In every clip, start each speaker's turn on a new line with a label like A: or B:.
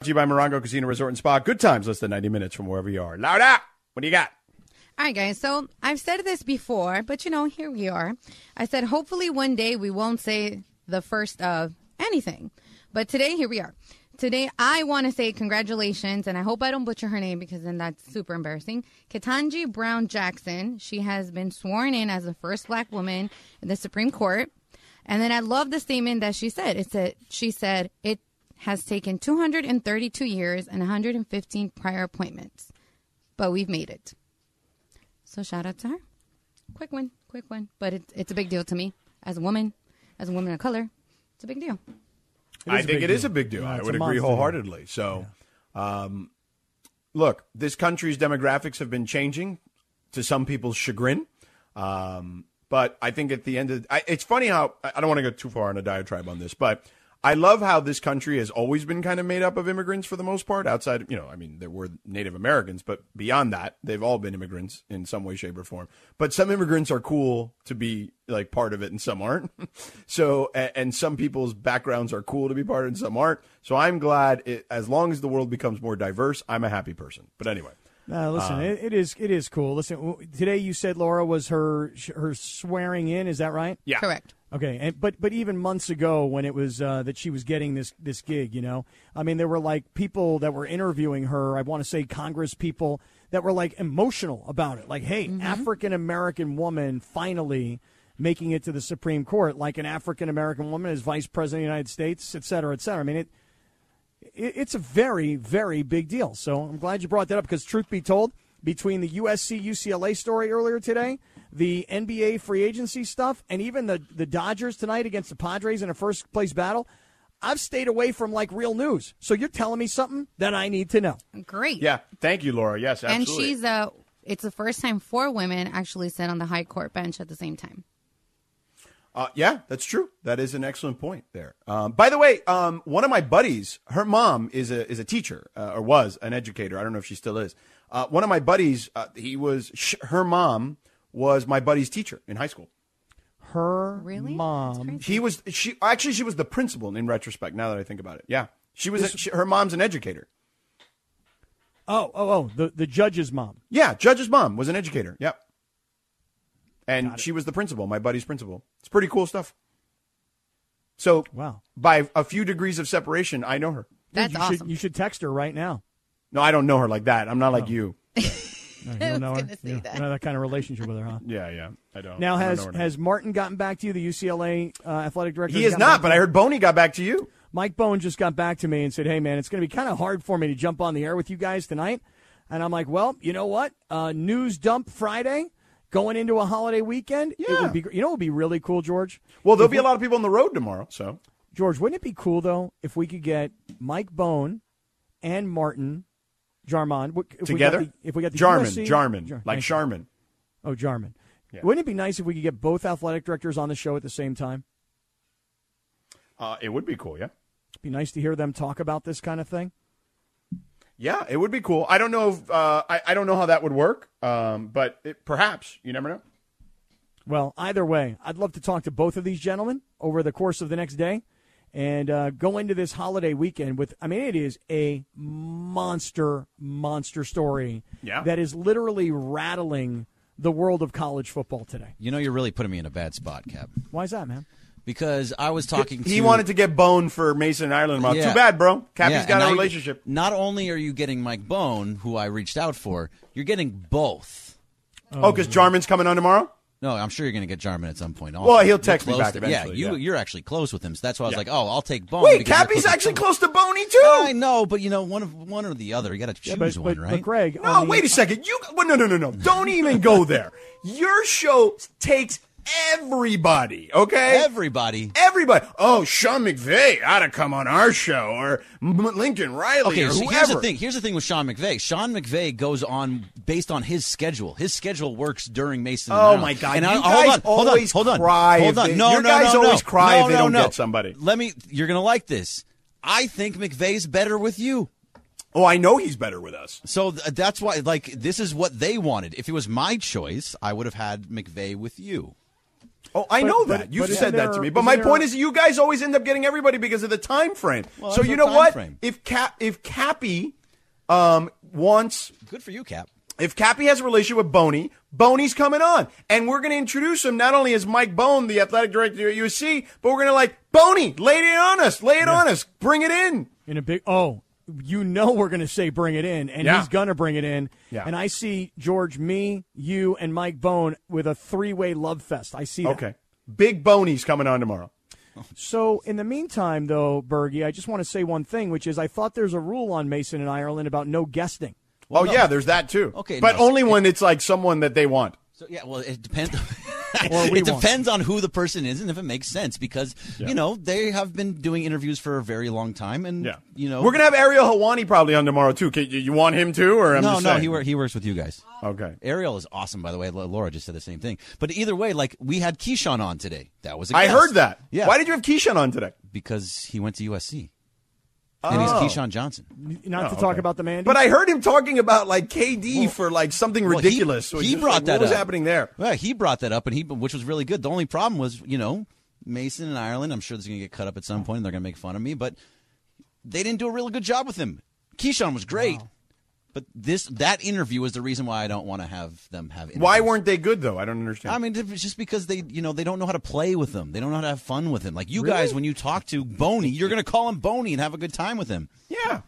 A: Brought to you by Morongo Casino Resort and Spa. Good times, less than 90 minutes from wherever you are. Loud up! What do you got?
B: All right, guys. So I've said this before, but you know, here we are. I said, hopefully one day we won't say the first of anything. But today, here we are. Today, I want to say congratulations, and I hope I don't butcher her name because then that's super embarrassing. Ketanji Brown Jackson. She has been sworn in as the first black woman in the Supreme Court. And then I love the statement that she said. It said, she said, it has taken 232 years and 115 prior appointments, but we've made it. So shout out to her. Quick one, quick one. But it's it's a big deal to me as a woman, as a woman of color. It's a big deal.
C: I think
A: big
C: it
A: deal.
C: is a big deal.
A: Yeah,
C: I
A: it's
C: would
A: a
C: agree
A: monster deal.
C: wholeheartedly. So, um, look, this country's demographics have been changing to some people's chagrin. Um, but I think at the end of I, it's funny how I I don't want to go too far on a diatribe on this, but I love how this country has always been kind of made up of immigrants for the most part. Outside, you know, I mean, there were Native Americans, but beyond that, they've all been immigrants in some way, shape, or form. But some immigrants are cool to be like part of it, and some aren't. so, and, and some people's backgrounds are cool to be part of, and some aren't. So, I'm glad it, as long as the world becomes more diverse, I'm a happy person. But anyway,
D: Nah, Uh, listen, it, it is it is cool. Listen, w- today you said Laura was her sh- her swearing in. Is that right?
C: yeah,
B: Correct.
D: Okay, and but but even months ago when it was uh, that she was getting this this gig, you know, I mean there were like people that were interviewing her. I want to say Congress people that were like emotional about it, like, hey, African American woman finally making it to the Supreme Court, like an African American woman as Vice President of the United States, et cetera, et cetera. I mean it. it- It's a very, very big deal. So I'm glad you brought that up because, truth be told, between the USC UCLA story earlier today, the NBA free agency stuff, and even the, the Dodgers tonight against the Padres in a first place battle, I've stayed away from like real news. So you're telling me something that I need to know.
B: Great.
C: yeah. Thank you, Laura. Yes,
B: And
C: absolutely.
B: she's uh it's the first time four women actually sit on the high court bench at the same time.
C: Uh, yeah, that's true. That is an excellent point there. Um, by the way, um, one of my buddies, her mom is a is a teacher uh, or was an educator. I don't know if she still is. Uh, one of my buddies, uh, he was sh- her mom was my buddy's teacher in high school.
D: Her
B: Really? That's
D: mom.
B: crazy.
C: He was she actually she was the principal in retrospect. Now that I think about it, yeah, she was a, she, her mom's an educator.
D: Oh, oh, oh, the, the judge's mom.
C: Yeah, Judge's mom was an educator. Yep, and she was the principal, my buddy's principal. It's pretty cool stuff. So
D: Wow.
C: by a few degrees of separation, I know her.
B: That's
D: you
B: awesome.
D: Should, you should text her right now.
C: No, I don't know her like that. I'm not like you.
D: You don't know her?
B: gonna say
D: You don't
B: that.
D: have that kind of relationship with her, huh?
C: Yeah, yeah. I don't.
D: Now
C: I don't
D: has
C: know her name.
D: has Martin gotten back to you, the UCLA uh, athletic director?
C: he is
D: gotten
C: not?
D: back
C: But
D: to
C: I
D: you?
C: heard Boney got back to you.
D: Mike Bone just got back to me and said, "Hey man, it's going to be kind of hard for me to jump on the air with you guys tonight." And I'm like, "Well, you know what? Uh, news dump Friday, going into a holiday weekend. It
C: Yeah.
D: would be gr- you know it would be really cool, George.
C: Well, there'll be a lot of people on the road tomorrow. So
D: George, wouldn't it be cool though if we could get Mike Bone and Martin Jarman w- if
C: together,
D: We got the, if we got the
C: Jarman,
D: USC
C: Jarman,
D: Jar-
C: like
D: thank you.
C: Charmin.
D: Oh, Jarman. Wouldn't it be nice if we could get both athletic directors on the show at the same time?
C: Uh, it would be cool. Yeah,
D: be nice to hear them talk about this kind of thing.
C: yeah. It would be cool. I don't know. If, uh, I I don't know how that would work. Um, but it, perhaps you never know.
D: Well, either way, I'd love to talk to both of these gentlemen over the course of the next day and uh, go into this holiday weekend with. I mean, it is a monster, monster story
C: Yeah.
D: that is literally rattling the world of college football today.
E: You know, you're really putting me in a bad spot, Cap,
D: Why is that, man?
E: because I was talking.
C: He
E: to,
C: wanted to get Bone for Mason Ireland. Well,
E: Yeah.
C: Too bad, bro. Cappy's
E: Yeah,
C: got
E: and
C: a
E: I-
C: relationship.
E: Not only are you getting Mike Bone, who I reached out for, you're getting both.
C: Oh, because Jarman's coming on tomorrow.
E: No, I'm sure you're going to get Jarman at some point. Also.
C: Well, he'll
E: You're
C: text me
E: close
C: back
E: to-
C: eventually,
E: Yeah, you
C: yeah.
E: you're actually close with him, so that's why I was
C: Yeah.
E: like, oh, I'll take Bone.
C: Wait,
E: because you're
C: Cappy's
E: close
C: actually
E: with-
C: close to Boney too.
E: I know, but you know, one of one or the other. You got to choose
D: but,
E: one,
D: but,
E: right?
D: but Greg,
C: No, wait a second. You well, no, no, no, no. Don't even go there. Your show takes everybody, okay?
E: Everybody.
C: Everybody. Oh, Sean McVay ought to come on our show, or M- Lincoln Riley,
E: Okay,
C: or
E: so
C: whoever.
E: here's the thing. Here's the thing with Sean McVay. Sean McVay goes on based on his schedule. His schedule works during Mason. and
C: Oh,
E: Mount.
C: my God.
E: And I, uh,
C: You
E: hold
C: guys
E: on, hold
C: always
E: on, hold on,
C: cry
E: hold
C: if
E: on.
C: they-
E: no, no,
C: you guys
E: no,
C: always
E: no.
C: cry
E: no,
C: if they
E: no,
C: don't
E: no.
C: get somebody.
E: Let me. You're gonna like this. I think McVay's better with you.
C: Oh, I know he's better with us.
E: So th- that's why, like, this is what they wanted. If it was my choice, I would have had McVay with you.
C: Oh, I
D: But-
C: know
D: but-
C: that. You've
D: but
C: said
D: isn't
C: that to
D: there-
C: me. But
D: isn't
C: my
D: there-
C: point is, you guys always end up getting everybody because of the time frame.
E: Well,
C: so
E: there's
C: you
E: no
C: know
E: time
C: what?
E: frame.
C: If Cap, if Cappy, um, wants
E: Good for you, Cap.
C: If Cappy has a relationship with Boney, Boney's coming on. And we're going to introduce him not only as Mike Bone, the athletic director at USC, but we're going to like, Boney, lay it on us. Lay it on us. Bring it in.
D: in a big oh you know we're going to say bring it in and
C: Yeah.
D: he's going to bring it in
C: Yeah.
D: and i see george me you and mike bone with a three-way love fest i see that.
C: Big Boney's coming on tomorrow.
D: so in the meantime though bergie i just want to say one thing which is i thought there's a rule on mason in ireland about no guesting
C: oh, yeah, there's that too.
E: Okay,
C: But
E: no,
C: only when it's like someone that they want.
E: So yeah, well, it depends.
D: Or we
E: it
D: won't.
E: depends on who the person is and if it makes sense because you know they have been doing interviews for a very long time and you know
C: We're going to have Ariel Hawani probably on tomorrow too. Can, you, you want him too? Or I'm
E: no
C: just
E: no
C: saying?
E: he wor- he works with you guys.
C: Okay.
E: Ariel is awesome, by the way. L- Laura just said the same thing. But either way, like we had Keyshawn on today. That was a
C: I
E: guest.
C: heard that.
E: Yeah.
C: Why did you have Keyshawn on today?
E: Because he went to USC. And
C: Oh.
E: he's Keyshawn Johnson.
D: not to talk about the man
C: But I heard him talking about like KD for like something
E: Well, he-
C: ridiculous. So
E: he
C: it's just
E: brought
C: like,
E: that
C: What was
E: up.
C: happening there?
E: Yeah, he brought that up, and he which was really good. The only problem was, you know, Mason and Ireland. I'm sure this is going to get cut up at some point, and they're going to make fun of me. But they didn't do a really good job with him. Keyshawn was great, but this that interview is the reason why I don't want to have them have. Interviews.
C: Why weren't they good though? I don't understand.
E: I mean, it's just because they, you know, they don't know how to play with them. They don't know how to have fun with him. Like you guys, when you talk to Boney, you're going to call him Boney and have a good time with him.
C: yeah.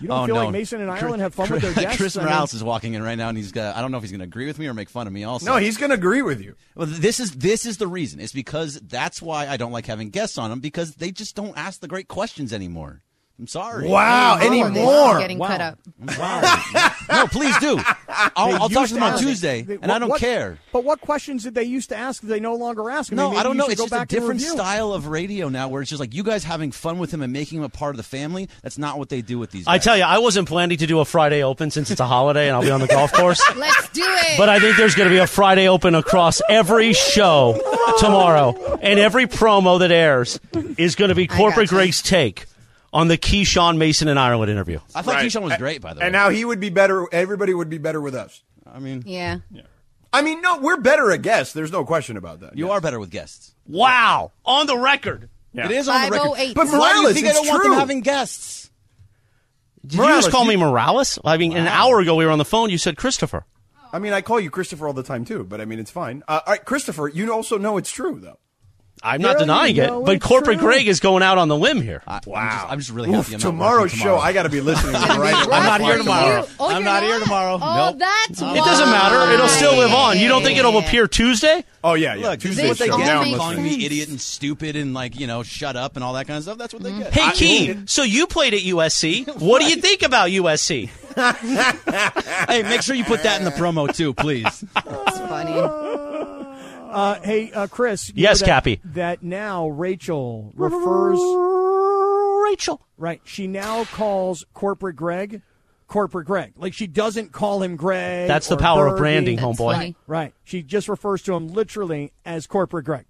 D: you don't
E: oh,
D: feel
E: no.
D: like mason and ireland have fun
E: Chris,
D: with their guests
E: Chris
D: I mean,
E: Morales is walking in right now, and he's got, I don't know if he's going to agree with me or make fun of me. Also,
C: No, he's going to agree with you.
E: Well, this is this is the reason. It's because that's why I don't like having guests on them because they just don't ask the great questions anymore. I'm sorry.
C: Wow, anymore.
B: Getting cut up.
E: no, please do. I'll, I'll talk
D: used
E: to them on
D: ask-
E: Tuesday,
D: they-
E: and I don't
D: what-
E: care.
D: but what questions did they used to ask that they no longer ask mean,
E: No,
D: maybe
E: I don't
D: you
E: know.
D: should
E: It's
D: go
E: just a
D: back to the
E: different
D: review.
E: style of radio now, where it's just like you guys having fun with him and making him a part of the family. That's not what they do with these. Guys.
F: I tell you, I wasn't planning to do a Friday open since it's a holiday and I'll be on the golf course.
B: Let's do it.
F: But I think there's going to be a Friday open across every show tomorrow. And every promo that airs is going to be Corporate
B: gotcha.
F: Greg's take on the Keyshawn Mason and Ireland interview.
E: I thought
C: Right.
E: Keyshawn was great, by the way.
C: And now he would be better. Everybody would be better with us.
E: I mean,
B: yeah.
C: I mean, no, we're better at guests. There's no question about that.
E: you are better with guests.
F: Wow. On the record.
E: It is on the record.
B: 508.
C: But
E: Why do you
C: Morales,
E: think I
C: it's
E: don't want them
C: true.
E: having guests?
F: Did you just call me Morales? I mean, an hour ago we were on the phone. You said Christopher.
C: I mean, I call you Christopher all the time too, but I mean, it's fine. Uh, all right, Christopher, you also know it's true though.
F: I'm not denying it,
D: know
F: but
D: it's
F: Corporate
D: true.
F: Greg is going out on the limb here.
E: I, wow. I'm just, I'm just really
C: Oof,
E: happy. I'm not
C: tomorrow's
E: working
C: show, I got to be listening right.
E: I'm not here
B: Are you-
E: tomorrow.
B: oh,
E: I'm
B: you're
E: not here tomorrow.
B: Oh,
E: Nope.
B: that's
F: it doesn't matter. It'll still live on. You don't think it'll appear Tuesday?
C: Oh yeah, yeah.
E: Look, this is
C: Tuesday's
E: what they
C: show.
B: all
E: get
C: Now
B: Yeah,
E: for
C: I'm
B: makes
C: listening.
E: calling
B: sense.
E: me idiot and stupid and like you know shut up and all that kind of stuff. That's what they get.
F: Hey, Key, so you played at USC. What do you think about USC?
E: hey, make sure you put that in the promo too, please.
B: That's funny.
D: Uh, hey, uh, Chris. you
F: Yes,
D: know that,
F: Cappy.
D: That now Rachel refers.
F: Rachel.
D: Right. She now calls corporate Greg, corporate Greg. Like she doesn't call him Greg.
F: That's the
D: or
F: power of
D: Bergie.
F: branding,
B: That's
F: homeboy.
B: funny.
D: Right. She just refers to him literally as corporate Greg.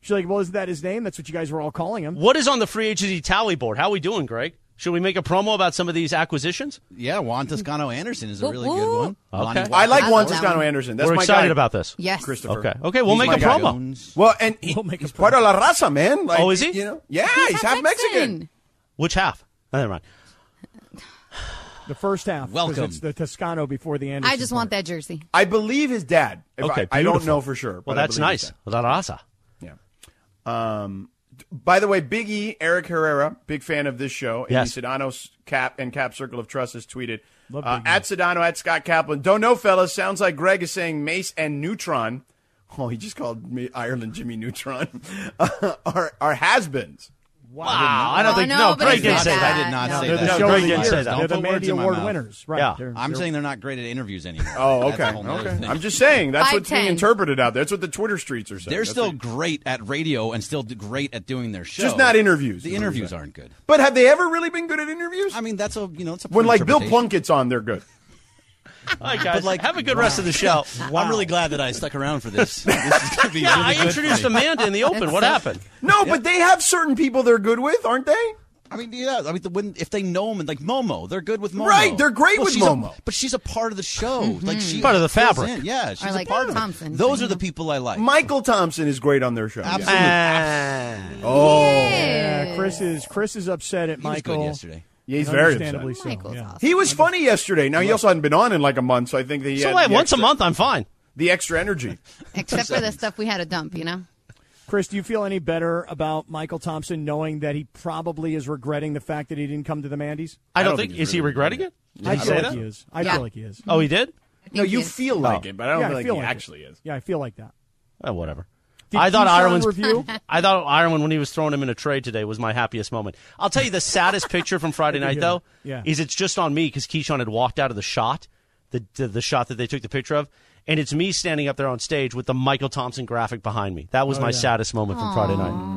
D: She's like, well, isn't that his name? That's what you guys were all calling him.
F: What is on the free agency tally board? How we doing, Greg? Should we make a promo about some of these acquisitions?
E: yeah, Juan Toscano Anderson is a
B: Whoop,
E: really good one.
F: whoop.
E: Lonnie
F: Okay.
C: I
E: Walker.
C: like
B: I
C: Juan
B: love that
C: Toscano
B: one.
C: Anderson. That's
F: We're
C: my
F: excited
C: guy.
F: about this.
B: Yes.
C: Christopher.
F: Okay. Okay, we'll
C: He's
F: make a
C: my guy.
F: promo.
E: Jones.
C: Well, and he,
D: make
C: he's
D: a
C: part of La Raza, man. Like,
F: Oh, is he?
C: You know, yeah,
B: He's
C: he's, half Mexican.
F: Which half? Oh, never mind.
D: The first half. 'cause
E: Welcome.
D: It's the Toscano before the end.
B: I just want that jersey.
C: I believe his dad. If
F: Okay,
C: I, I don't
F: beautiful.
C: know for sure.
F: Well,
C: but I
F: that's
C: believe his
F: nice.
C: dad.
F: La Raza.
C: Yeah. Um, d- by the way, Big E, Eric Herrera, big fan of this show.
F: Yes.
C: Andy Sedano's Cap and Cap Circle of Trust has tweeted uh, at Sedano, at Scott Kaplan. Don't know, fellas. Sounds like Greg is saying Mace and Neutron. Oh, he just called me Ireland Jimmy Neutron. are are has beens.
E: Wow,
F: I don't think-
B: no,
F: no,
B: but
F: Greg
B: he
E: did
B: said
E: say that.
B: that.
E: I did not
B: No,
E: say
D: They're
E: that.
D: the
E: No,
D: show
F: Greg
D: of the
F: didn't
D: year.
F: say that.
D: They're the
E: Don't put words
D: Mandy
E: in my
D: Award
E: mouth.
D: winners. Right.
F: Yeah.
D: They're-
E: I'm
D: they're-
E: saying they're not great at interviews anymore.
C: Oh, okay.
E: That's a whole nother
C: okay.
E: thing.
C: I'm just saying that's
B: Five,
C: what's
B: ten.
C: being interpreted out there. That's what the Twitter streets are saying.
E: They're
C: That's
E: still
C: what-
E: great at radio and still d- great at doing their show.
C: Just not interviews, is
E: The
C: what you're
E: interviews
C: saying.
E: aren't good.
C: But have they ever really been good at interviews?
E: I mean, that's a you know, it's a
C: when like Bill
E: interpretation.
C: Plunkett's on, they're good.
F: All right, guys. Like, have a good rest of the show.
E: I'm really glad that I stuck around for this. This is going to be
F: Yeah,
E: really
F: I
E: good
F: introduced
E: for me.
F: Amanda in the open. What happened?
C: No, but they have certain people they're good with, aren't they?
E: I mean, yeah. I mean, the, when if they know him and like Momo, they're good with Momo.
C: Right, they're great with
E: she's a-
C: Momo.
E: but she's a part of the show. Like she
F: Part of the
E: fills
F: fabric.
E: in. Yeah, she's
B: Mm-hmm. like
E: a part of it.
B: Thompson,
E: Those
B: you
E: are the
B: know.
E: people I like.
C: Michael Thompson is great on their show. Oh.
E: Absolutely.
D: yeah, Chris is Chris is upset at
E: He was good
D: Michael
E: yesterday.
C: Yeah, he's
D: and
C: very
D: understandably
C: upset.
D: so.
B: Michael's
D: yeah.
B: awesome.
C: He was funny yesterday. Now he also hadn't been on in like a month, so I think that he
F: So
C: had
F: what?
C: the
F: Once a
C: extra-
F: month, I'm fine.
C: the extra energy.
B: Except for the stuff we had to dump, you know?
D: Chris, do you feel any better about Michael Thompson knowing that he probably is regretting the fact that he didn't come to the Mandy's?
F: I don't, think. Is he regretting it?
D: I
F: Did he
D: feel
F: say
D: like
F: that?
D: he is. I
B: Yeah.
D: feel like he is.
F: Oh, he did.
C: No, you
B: Yes.
C: feel like it, but I don't
D: yeah,
C: feel
D: I
C: like
D: feel
C: he
D: like it.
C: actually is.
D: Yeah, I feel like that.
F: Oh, whatever.
D: Did
F: I thought
D: Keyshawn
F: Ireland's
D: review?
F: I thought Ireland when he was throwing him in a tray today was my happiest moment. I'll tell you the saddest picture from Friday night
D: hear
F: though
D: that. Yeah.
F: is it's just on me because Keyshawn had walked out of the shot, the, the the shot that they took the picture of, and it's me standing up there on stage with the Michael Thompson graphic behind me. That
D: Oh,
F: was my saddest moment from Friday night.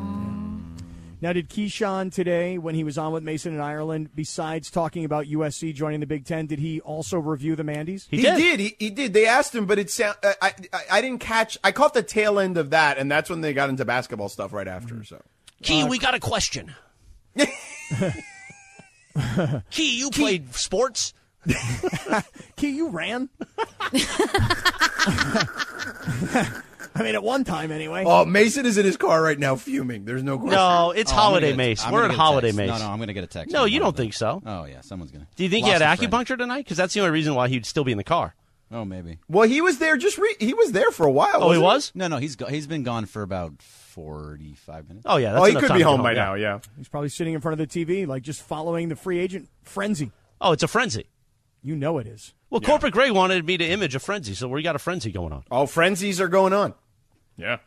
D: Now, did Keyshawn today, when he was on with Mason in Ireland, besides talking about USC joining the Big Ten, did he also review the Mandy's?
F: He,
C: He
F: did.
C: did. He, he did. They asked him, but it sound, I, I I didn't catch. I caught the tail end of that, and that's when they got into basketball stuff right after. So
F: Key, we got a question. Key, you played sports.
D: Key, you ran. I mean, at one time, anyway.
C: Oh, Mason is in his car right now fuming. There's no question.
F: No, it's
E: Oh, I'm gonna
F: holiday
E: get a-
F: mace.
E: I'm
F: We're
E: gonna
F: at
E: get a
F: holiday
E: text.
F: mace.
E: No, no, I'm going to get a text.
F: No,
E: from
F: you
E: one
F: don't
E: of them.
F: think so.
E: Oh yeah, someone's going to.
F: Do you think he had acupuncture tonight? Because that's the only reason why he'd still be in the car.
E: Oh, maybe.
C: Well, he was there just re- he was there for a while.
F: Oh, he
C: wasn't
F: was.
E: No, no, he's go- he's been gone for about forty-five minutes.
F: Oh yeah, that's
C: Oh, he
F: enough
C: could
F: time to
C: be
F: get
C: home by
F: yeah.
C: now. Yeah.
D: He's probably sitting in front of the TV, like just following the free agent frenzy.
F: Oh, it's a frenzy.
D: You know it is.
F: Well, corporate Greg wanted me to image a frenzy, so we got a frenzy going on.
C: All frenzies are going on. Yeah.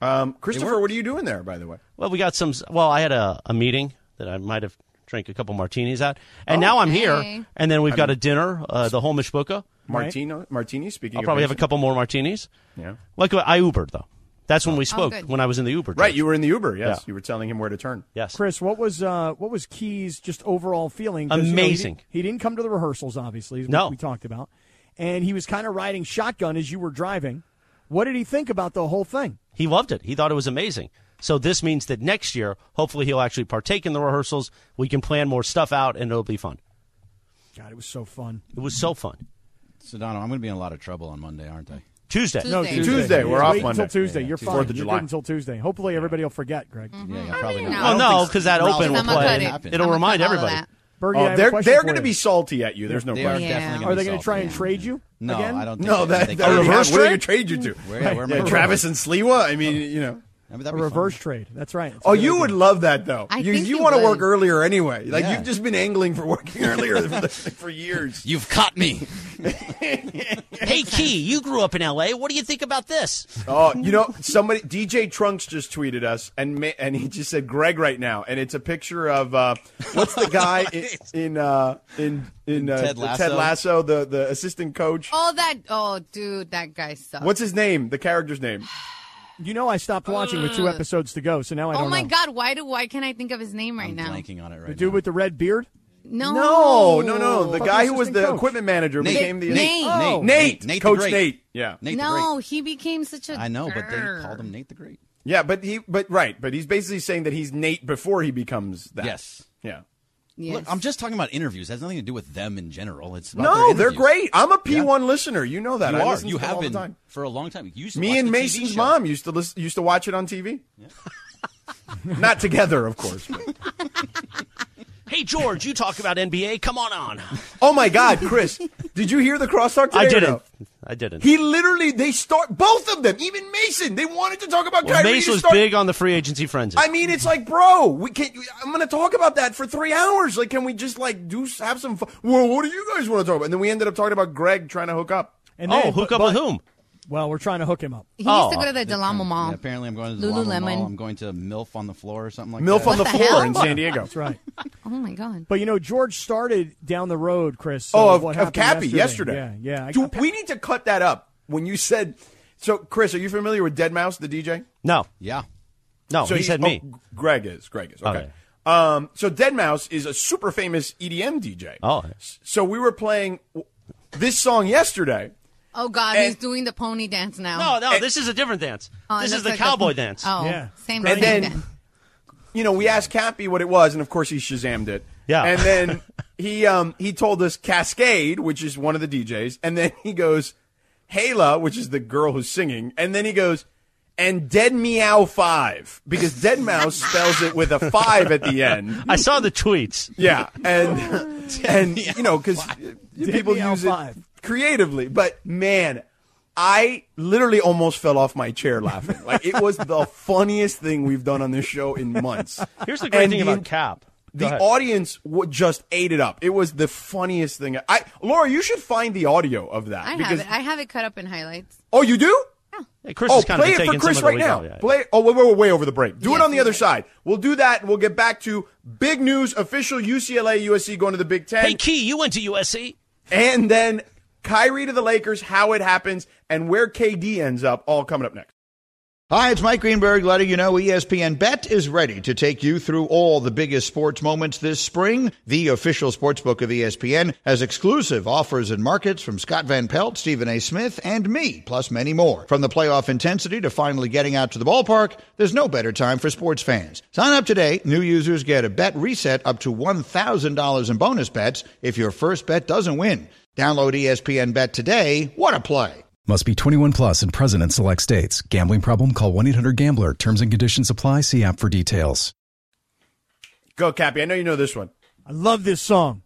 C: Um, Christopher, what are you doing there, by the way?
F: Well, we got some. Well, I had a, a meeting that I might have drank a couple martinis at, and now I'm
B: Okay.
F: here, and then we've got a dinner, uh, the Homish Buka.
C: Martino, Martini speaking.
F: I'll
C: of
F: probably have a
C: Mason.
F: couple more martinis.
C: Yeah. Oh.
F: Like I Ubered though. That's when we spoke
B: Oh, good.
F: when I was in the Uber.
C: Right,
F: drive.
C: you were in the Uber. Yes,
F: Yeah.
C: you were telling him where to turn.
F: yes.
D: Chris, what was uh, what was Key's just overall feeling? 'Cause, you know, he
F: Amazing.
D: didn't- he, didn't come to the rehearsals, obviously. Is what
F: No.
D: we talked about, and he was kind of riding shotgun as you were driving. What did he think about the whole thing?
F: He loved it. He thought it was amazing. So this means that next year, hopefully, he'll actually partake in the rehearsals. We can plan more stuff out, and it'll be fun.
D: God, it was so fun.
F: It was so fun.
E: So, Dono, I'm going to be in a lot of trouble on Monday, aren't I?
F: Tuesday.
B: No, Tuesday.
C: Tuesday, we're
D: Yeah,
C: off
D: Wait
C: Monday.
D: until Tuesday. You're fine.
C: Fourth of
D: You're
C: July.
D: good until Tuesday. Hopefully, everybody will forget. Greg,
B: Mm-hmm.
E: Yeah, yeah probably
B: mean,
E: not.
B: I
F: Well,
E: I don't
F: no,
E: think so.
F: because that
E: Ralph
F: open
E: will
F: will
B: I'm gonna
F: play.
B: cut
E: probably
B: it.
E: happen.
F: It'll
B: I'm gonna
F: remind
B: cut all of
F: everybody.
B: that.
D: Bergie, I
C: Oh,
D: have a
C: they're
D: question
C: they're
D: for
C: going to
D: you.
C: be salty at you. There's no
E: They are
C: question.
B: Yeah.
E: definitely
D: Are
E: going to
D: they
E: be
D: going to
E: salty.
D: try and trade you?
E: No,
D: again?
E: I don't think
C: No,
E: so.
C: that,
E: They-
C: that
E: they-
C: reverse
F: have-
C: trade could trade you to.
E: Where, where am I
C: Yeah,
E: going?
C: Travis and Sliwa. I mean, you know.
E: I mean, that
D: A
E: would be
D: reverse
E: fun.
D: trade. That's right. It's
C: Oh,
D: a really
C: you
D: good
C: would
D: one.
C: love that though.
B: I
C: you
B: think
C: you
B: he
C: want to
B: would.
C: work earlier anyway. Like
E: Yeah.
C: you've just been angling for working earlier for, for years.
E: You've caught me.
F: Hey, Key, you grew up in L.A. What do you think about this?
C: Oh, you know, somebody DJ Trunks just tweeted us, and ma- and he just said Greg right now, and it's a picture of uh, what's the guy in in uh, in, in uh,
E: Ted Lasso?
C: the the assistant coach.
B: All that. Oh, dude, that guy sucks.
C: What's his name? The character's name.
D: You know, I stopped watching with two episodes to go, so now I don't
B: Mm. Oh my
D: know.
B: God! Why do? Why can't I think of his name right
E: I'm
B: now?
E: blanking on it right
D: The dude
E: now.
D: with the red beard.
B: No.
C: No, no, no. The
D: Fucking
C: guy who was
D: assistant
C: the
D: coach.
C: equipment manager
E: Nate.
C: became the
B: Nate.
D: Oh.
C: Nate,
E: Nate the
C: Coach
E: Great.
C: Nate. Yeah,
E: Nate the
B: no,
E: Great.
B: he became such a.
E: I know, but they
B: grr.
E: called him Nate the Great.
C: yeah. But he, but right, but he's basically saying that he's Nate before he becomes that.
E: Yes.
C: Yeah.
B: Yes.
E: Look, I'm just talking about interviews. It has nothing to do with them in general. It's about
C: No,
E: their
C: they're
E: interviews.
C: great. I'm a P1 listener. You know that.
E: You
C: I
E: are.
C: listen to
E: You
C: them
E: have
C: all the
E: been
C: time.
E: for a long time. You used to watch
C: Me and
E: the TV
C: Mason's
E: show.
C: mom used to listen, used to watch it on TV. Not together, of course. but-
F: Hey, George, you talk about NBA. Come on on.
C: Oh my God, Chris, did you hear the crosstalk today?
F: I
C: or
F: didn't.
C: no?
F: I didn't.
C: He literally, they start both of them. Even Mason, they wanted to talk about
F: Well,
C: Kyrie.
F: Mace
C: to
F: was
C: start-
F: big on the free agency frenzy.
C: I mean, it's like, bro, we can't. I'm going to talk about that for three hours. Like, can we just like do have some fun? Well, what do you guys want to talk about? And then we ended up talking about Greg trying to hook up.
D: And
F: oh,
D: then,
F: hook up
D: but-
F: with whom?
D: Well, we're trying to hook him up.
B: He
C: Oh.
B: used to go to the Delamo Mall.
E: Yeah, apparently, I'm going to the Llama
B: Lululemon.
E: Mall. I'm going to MILF on the floor or something like
C: MILF
E: that.
C: on the
B: the
C: floor
B: hell?
C: in San Diego.
D: That's right.
B: Oh my god.
D: But you know, George started down the road, Chris.
C: Oh,
D: of
C: of,
D: what
C: of
D: happened
C: Cappy yesterday.
D: yesterday. Yeah, yeah. I-
C: Do- we need to cut that up when you said. So, Chris, are you familiar with Dead Mouse, the DJ?
F: No,
E: Yeah.
F: no,
C: So
F: he
C: he's-
F: said
C: oh,
F: me.
C: G- Greg is. Greg is. Okay.
F: Okay.
C: Um, so Dead Mouse is a super famous E EDM DJ.
F: Oh.
C: S- So we were playing w- this song yesterday.
B: Oh god,
C: And-
B: he's doing the pony dance now.
F: No, no, this is a different dance.
B: Oh, it
F: this is
B: looks
F: the
B: like
F: cowboy dance.
B: Oh,
D: Yeah.
B: same
D: And
B: thing.
C: then-
B: then.
C: You know, we asked Cappy what it was, and of course he Shazammed it.
F: Yeah.
C: And then he um he told us Cascade, which is one of the DJs, and then he goes Hala, which is the girl who's singing, and then he goes and Dead Meow Five because Dead Mouse spells it with a five at the end.
F: I saw the tweets.
C: Yeah, and and you know because people
D: Dead Meow
C: use it
D: Five.
C: creatively, but man, I literally almost fell off my chair laughing. Like it was the funniest thing we've done on this show in months.
F: Here's the great
C: And
F: thing
C: the-
F: about Cap. Go
C: The
F: ahead.
C: audience w- just ate it up. It was the funniest thing. I Laura, you should find the audio of that
B: I have
C: because
B: it. I have it cut up in highlights.
C: oh, you do.
F: Hey, Chris
C: Oh,
F: is kind of
C: play it for
F: taking some
C: Chris
F: of the
C: right
F: week
C: now.
F: off. Yeah, yeah.
C: Play. Oh, we're, we're way over the break. Do it
B: Yes,
C: on the
B: we
C: other
B: will.
C: side. We'll do that, and we'll get back to big news. Official UCLA USC going to the Big Ten.
F: Hey, Key, you went to USC.
C: and then Kyrie to the Lakers, how it happens, and where KD ends up, all coming up next.
G: Hi, it's Mike Greenberg letting you know E ESPN Bet is ready to take you through all the biggest sports moments this spring. The official sportsbook of E ESPN has exclusive offers and markets from Scott Van Pelt, Stephen A. Smith, and me, plus many more. From the playoff intensity to finally getting out to the ballpark, there's no better time for sports fans. Sign up today. New users get a bet reset up to $1,000 in bonus bets if your first bet doesn't win. Download E ESPN Bet today. What a play!
H: Must be 21 plus and present in select states. Gambling problem? Call 1 800 Gambler. Terms and conditions apply. See app for details.
C: Go, Cappy. I know you know this one.
D: I love this song.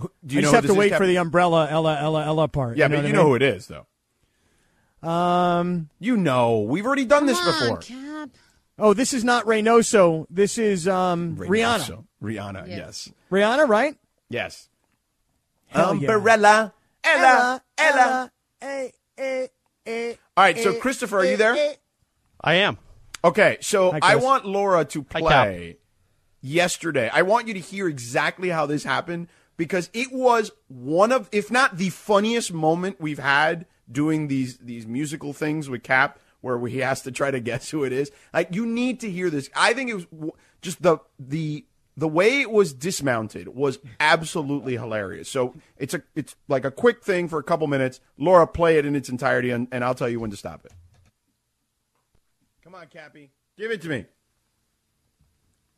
C: Do you know
D: I just
C: who
D: have
C: this
D: to
C: is,
D: wait for
C: Cappy?
D: the umbrella Ella Ella Ella part.
C: Yeah, but you know who
D: what
C: it is, though.
D: I mean? Um.
C: You know, we've already done this
B: Come on,
C: before.
B: Cap.
D: Oh, this is not Reynoso. This is um Rihanna.
C: So, Rihanna.
B: Yes.
C: Yes.
D: Rihanna, right?
C: Yes. Um,
D: Hell yeah.
C: Umbrella. Ella. Ella.
D: Hey,
B: Eh,
D: hey, hey.
C: All right. So, Christopher, are you there?
F: I am.
C: Okay. So
D: Hi, Chris.
C: I want Laura to
F: Hi,
C: play yesterday. I want you to hear exactly how this happened because it was one of, if not the funniest moment we've had doing these these musical things with Cap, where he has to try to guess who it is. Like you need to hear this. I think it was w- just the the the way it was dismounted was absolutely hilarious. So it's a it's like a quick thing for a couple minutes. Laura, play it in its entirety, and, and I'll tell you when to stop it. Come on, Cappy, give it to me.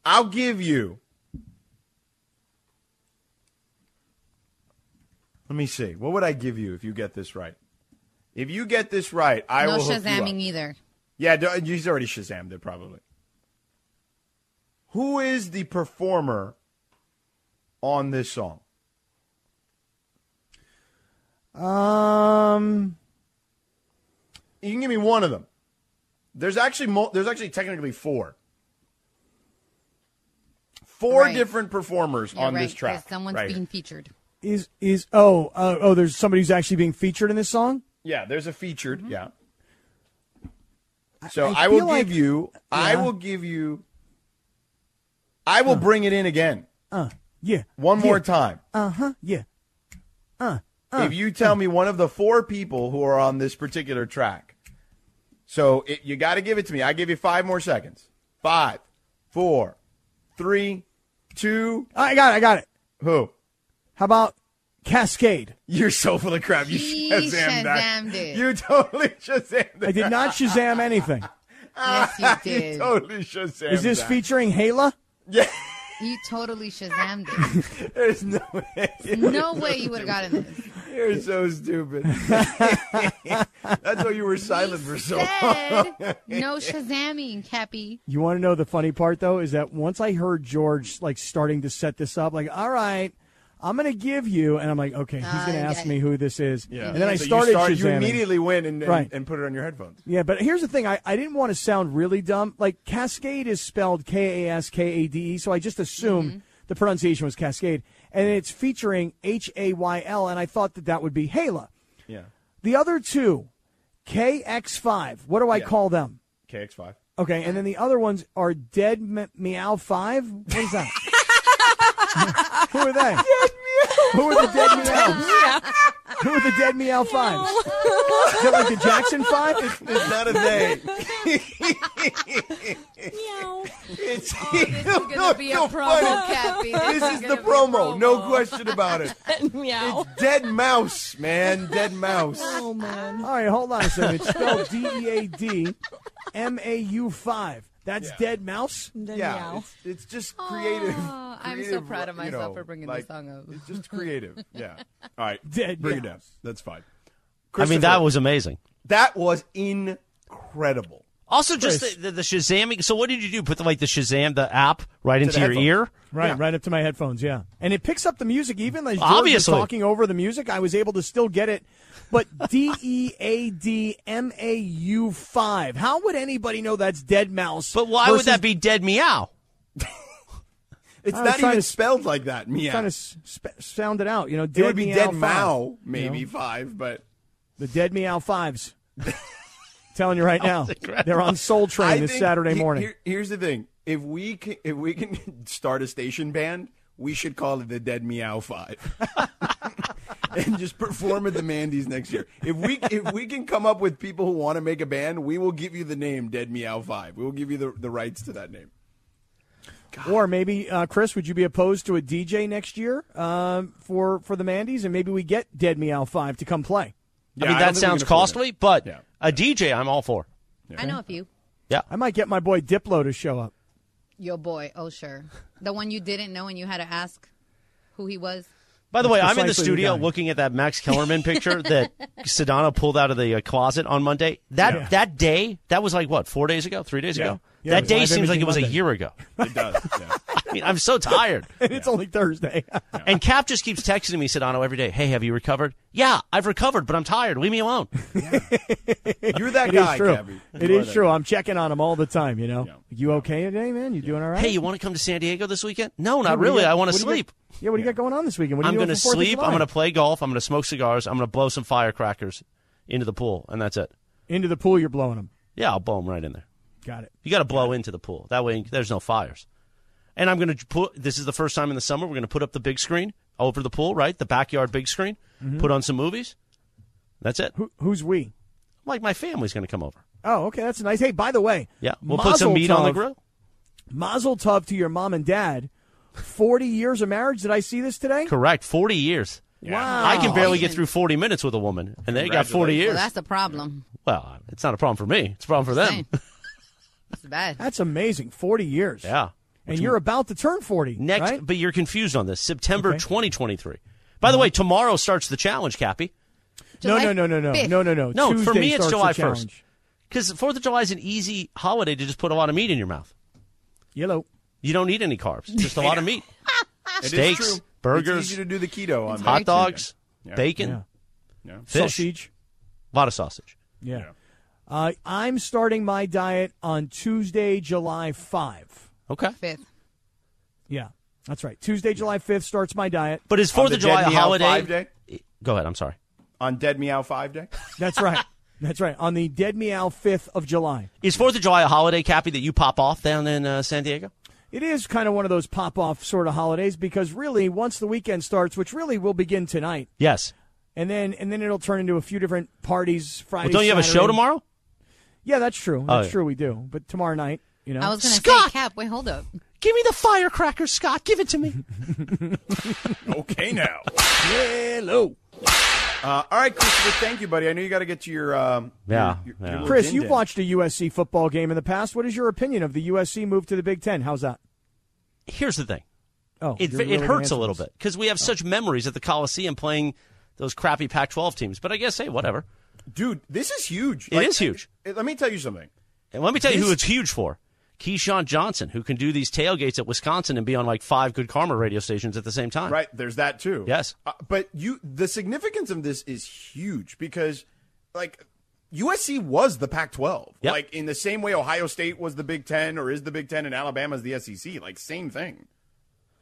C: I'll give you. Let me see. What would I give you if you get this right? If you get this right, I
B: no
C: will. hook you up.
B: shazamming either.
C: Yeah, d- he's already Shazammed it, probably. Who is the performer on this song?
D: Um.
C: You can give me one of them. There's actually mo- there's actually technically four. Four
B: Right.
C: different performers
B: You're
C: on
B: right,
C: this track.
B: because Someone's
C: right here.
B: being featured.
D: Is is oh uh, oh? There's somebody who's actually being featured in this song.
C: Yeah, there's a featured. Yeah. So
D: Mm-hmm. I
C: I, will
D: feel like-
C: give you. I
D: Yeah.
C: will give you. I will bring it in again
D: Yeah.
C: one
D: yeah,
C: more time
D: Yeah. Uh-uh.
C: if you tell me one of the four people who are on this particular track. So it, you got to give it to me. I give you five more seconds. Five, four, three, two.
D: I got it. I got it.
C: Who?
D: How about Cascade?
C: You're so full of crap. You
B: He
C: shazammed that.
B: Shazammed it.
C: You totally shazammed
D: I did not Shazam anything.
B: yes, you did.
C: Totally shazammed
D: Is this
C: that.
D: featuring Hala?
B: you totally shazammed it.
C: There's no way.
B: No way you would have gotten this.
C: You're so stupid. That's why you were silent for so long.
B: Said no shazamming, Cappy.
D: You want to know the funny part though is that once I heard George like starting to set this up, like, all right, I'm gonna give you, and I'm like, okay, he's
B: Ah,
D: gonna
B: I
D: ask
B: get
D: me
B: it.
D: who this is,
C: Yeah.
D: and then I
C: So
D: started
C: You, start- you
D: Shazamming.
C: immediately went and, and,
D: Right.
C: and put it on your headphones.
D: Yeah, but here's the thing. I, I didn't want to sound really dumb. Like Cascade is spelled K A S K A D E, so I just assumed The pronunciation was Cascade, and it's featuring H A Y L, and I thought that that would be Hala.
C: Yeah.
D: The other two, KX5. What do I call them?
C: KX5.
D: Okay, and then the other ones are Dead Me- Meow Five. What is that? Who are they? Who are the Dead Meows? Who are the Dead Meow Fives? Is that like the Jackson Five?
C: It's not a day.
I: Meow.
C: It's
B: Oh, This is gonna be a
C: No,
B: promo,
C: funny.
B: Kathy.
C: This is
B: gonna
C: the
B: be a
C: promo. No question about it.
I: Meow.
C: Dead mouse, man. Dead mouse.
D: All right, hold on a second. It's spelled D E A D M A U Five. That's Dead Mouse.
I: Then
C: Yeah,
I: meow.
C: it's, it's just creative.
B: Aw, I'm so
C: creative,
B: proud of
C: you
B: myself
C: know,
B: for bringing
C: like,
B: this song up.
C: It's just creative. Yeah. All right.
D: Dead
C: Bring it
D: mouse.
C: down. That's fine.
F: I mean,
C: Christopher,
F: that was amazing.
C: that was incredible.
F: Also, just the, the, the Shazamming. So, what did you do? Put the, like the Shazam, the app, right into your
C: headphones.
F: ear.
D: Right, right up to my headphones, yeah. And it picks up the music even as George was
F: Obviously.
D: talking over the music. I was able to still get it, but D E A D M A U five. How would anybody know that's Dead Mouse?
F: But why
D: versus-
F: would that be dead meow?
C: It's
D: I was
C: not
D: trying
C: even
D: to-
C: spelled like that. Meow.
D: Trying to s- sp- sound it out, you know. Dead
C: it would be
D: meow
C: dead
D: five,
C: mow,
D: you
C: maybe
D: know?
C: five, but
D: the Dead Meow fives. Telling you right now, they're on Soul Train
C: I
D: this
C: think-
D: Saturday
C: he-
D: morning.
C: here- here's the thing: if we can, if we can start a station band, we should call it the Dead Meow Five, and just perform at the Mandy's next year. If we if we can come up with people who want to make a band, we will give you the name Dead Meow Five. We will give you the, the rights to that name.
D: Or maybe, uh, Chris, would you be opposed to a DJ next year um, for for the Mandy's, and maybe we get Dead Meow Five to come play?
F: I mean,
C: I don't
F: that
C: think we
F: sounds
C: can afford
F: costly, but
C: Yeah.
F: a DJ, I'm all for.
B: I know a few.
D: I might get my boy Diplo to show up.
B: Your boy, oh sure, the one you didn't know and you had to ask who he was.
F: By the way, I'm in the
D: precisely the
F: studio
D: guy.
F: looking at that Max Kellerman picture that Sedano pulled out of the uh, closet on Monday. That that day, that was like what, four days ago, three days ago.
D: Yeah, it
F: that
D: was
F: day
D: live
F: seems like
D: imaging
F: it was a
D: Monday.
F: year ago.
C: It does. yeah.
F: I mean, I'm so tired.
D: And it's only Thursday.
F: And Cap just keeps texting me, Sedano, every day. Hey, have you recovered? Yeah, I've recovered, but I'm tired. Leave me alone.
C: You're that
D: It is
C: guy,
D: true.
C: Gabby.
D: It
C: You are
D: is
C: that
D: true.
C: guy.
D: I'm checking on him all the time. You know, you okay today, man? You doing all right?
F: hey, you want to come to San Diego this weekend? No,
D: What
F: not
D: do you
F: really.
D: got-
F: I want
D: what
F: to
D: do you got-
F: sleep.
D: yeah, what do you got going on this weekend? What are
F: I'm
D: you
F: going
D: doing
F: to
D: for 4th of
F: sleep.
D: July?
F: I'm going to play golf. I'm going to smoke cigars. I'm going to blow some firecrackers into the pool, and that's it.
D: into the pool. You're blowing him.
F: Yeah, I'll blow them right in there.
D: Got it.
F: You got to blow into the pool. That way, there's no fires. And I'm going to put. This is the first time in the summer we're going to put up the big screen over the pool, right? The backyard big screen.
D: Mm-hmm.
F: Put on some movies. That's it.
D: Who, who's we?
F: Like my family's going to come over.
D: Oh, okay, that's nice. Hey, by the way,
F: Yeah, we'll put some
D: Mazel
F: meat on the
D: tov.
F: grill.
D: Mazel tov to your mom and dad. Forty years of marriage. Did I see this today?
F: Correct. Forty years.
D: Wow.
F: I can barely get
B: Congratulations.
F: through forty minutes with a woman, and they got forty
B: Well,
F: years.
B: that's the problem.
F: Well, it's not a problem for me. It's a problem for them.
B: Same. That's bad.
D: That's amazing. Forty years.
F: Yeah.
D: And you're about to turn forty.
F: Next,
D: right? Mm-hmm.
F: but you're confused on this. September 2023. By the way, tomorrow starts the challenge, Cappy.
D: no,
B: July
D: no, no, no, no,
B: 5th.
D: no, no, no.
F: No, for
D: Tuesday
F: me it's
D: starts the
F: July
D: challenge.
F: 1st. Because Fourth of July is an easy holiday to just put a lot of meat in your mouth.
D: Yellow.
F: You don't need any carbs, just a lot of meat,
C: It is
F: steaks,
C: true.
F: burgers,
C: It's easy to do the keto on
F: hot
C: that.
F: dogs, bacon,
D: Yeah.
F: fish,
D: Sausage.
F: a lot of sausage.
D: Yeah. Uh, I'm starting my diet on Tuesday, July 5.
F: Okay,
B: Fifth.
D: Yeah, that's right. Tuesday, July 5th starts my diet.
F: but is Fourth
C: the
F: of July
C: Dead
F: a
C: Meow
F: holiday?
C: Five Day?
F: Go ahead. I'm sorry.
C: on Dead Meow Five Day.
D: That's right. that's right. On the Dead Meow 5th of July.
F: Is Fourth of July a holiday, Cappy, that you pop off down in uh, San Diego?
D: It is kind of one of those pop off sort of holidays because really, once the weekend starts, which really will begin tonight,
F: Yes.
D: and then and then it'll turn into a few different parties Friday.
F: Well, don't you have a
D: Saturday.
F: show tomorrow?
D: Yeah, that's
C: Oh,
D: true. That's
F: yeah.
D: true. We do. But tomorrow night, you know.
B: I was gonna say
F: Scott!
B: Cap. Wait, hold up.
F: Give me the firecracker, Scott. Give it to me.
C: okay, now.
D: hello.
C: Uh, all right, Christopher. Thank you, buddy. I know you got to get to your. Um,
F: Yeah,
C: your- your-
F: yeah.
C: your little
D: Chris,
C: din
D: you've
C: din.
D: watched a USC football game in the past. What is your opinion of the USC move to the Big Ten? How's that?
F: Here's the thing.
D: Oh,
F: it,
D: you're
F: it
D: really gonna
F: hurts
D: answer
F: a little
D: this.
F: bit because we have such memories at the Coliseum playing those crappy Pac-12 teams. But I guess hey, whatever.
C: dude. This is huge.
F: It is huge.
C: I- let me tell you something.
F: And let me tell you who it's huge for: Keyshawn Johnson, who can do these tailgates at Wisconsin and be on like five Good Karma radio stations at the same time.
C: Right there's that too.
F: Yes.
C: Uh, but you, the significance of this is huge because, like, USC was the Pac-12.
F: Yep.
C: Like in the E same way Ohio State was the Big Ten, or is the Big Ten, and Alabama's the SEC. Like same thing.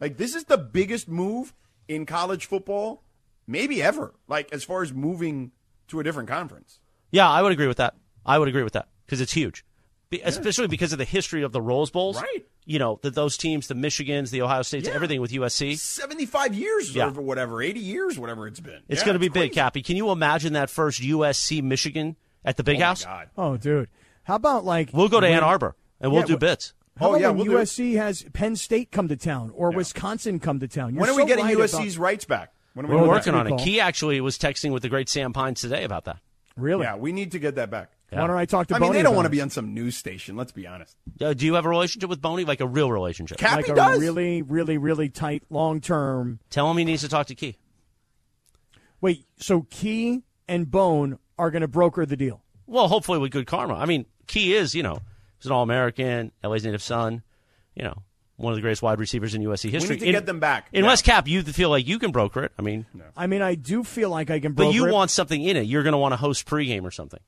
C: Like this is the biggest move in college football, maybe ever. Like as far as moving to a different conference.
F: Yeah, I would agree with that. I would agree with that because it's huge, Be- especially because of the history of the Rose Bowls.
C: Right.
F: You know, that those teams, the Michigans, the Ohio States,
C: Yeah.
F: everything with USC.
C: Seventy-five years
F: Yeah.
C: or whatever, eighty years, whatever it's been.
F: It's
C: Yeah,
F: going to be
C: crazy.
F: big, Cappy. Can you imagine that first USC Michigan at the Big House?
C: God.
D: Oh, dude. How about like
F: We'll go to
D: when-
F: Ann Arbor and we'll
D: Yeah,
F: do
D: wh-
F: bits.
D: How
C: Oh,
D: about
C: yeah,
D: when
C: we'll do it.
D: USC has Penn State come to town or Wisconsin come to town. You're
C: When are
D: so
C: we getting
D: right about-
C: USC's rights back? When are we
F: We're
D: Oh,
C: doing
D: that's
F: working
D: a
F: on
D: good
F: it.
D: call.
F: Key actually was texting with the great Sam Pines today about that.
D: Really?
C: Yeah, we need to get that back.
D: Why don't I talk to?
C: I mean,
D: Boney
C: they don't
D: about
C: want to
D: it?
C: be on some news station. Let's be honest.
F: Uh, do you have a relationship with Boney? Like a real relationship?
C: Cappy
D: like a
C: does.
D: really, really, really tight long term.
F: Tell him he needs to talk to Key.
D: Wait, so Key and Bone are going to broker the deal.
F: Well, hopefully with good karma. I mean, Key is, you know, he's an All American, LA's native son, you know, one of the greatest wide receivers in USC history.
C: to get them back.
F: Unless, Cap, you feel like you can broker it. I mean,
D: I mean, I do feel like I can. Broker
F: but you
D: it.
F: want something in it. You're going to want to host pregame or something.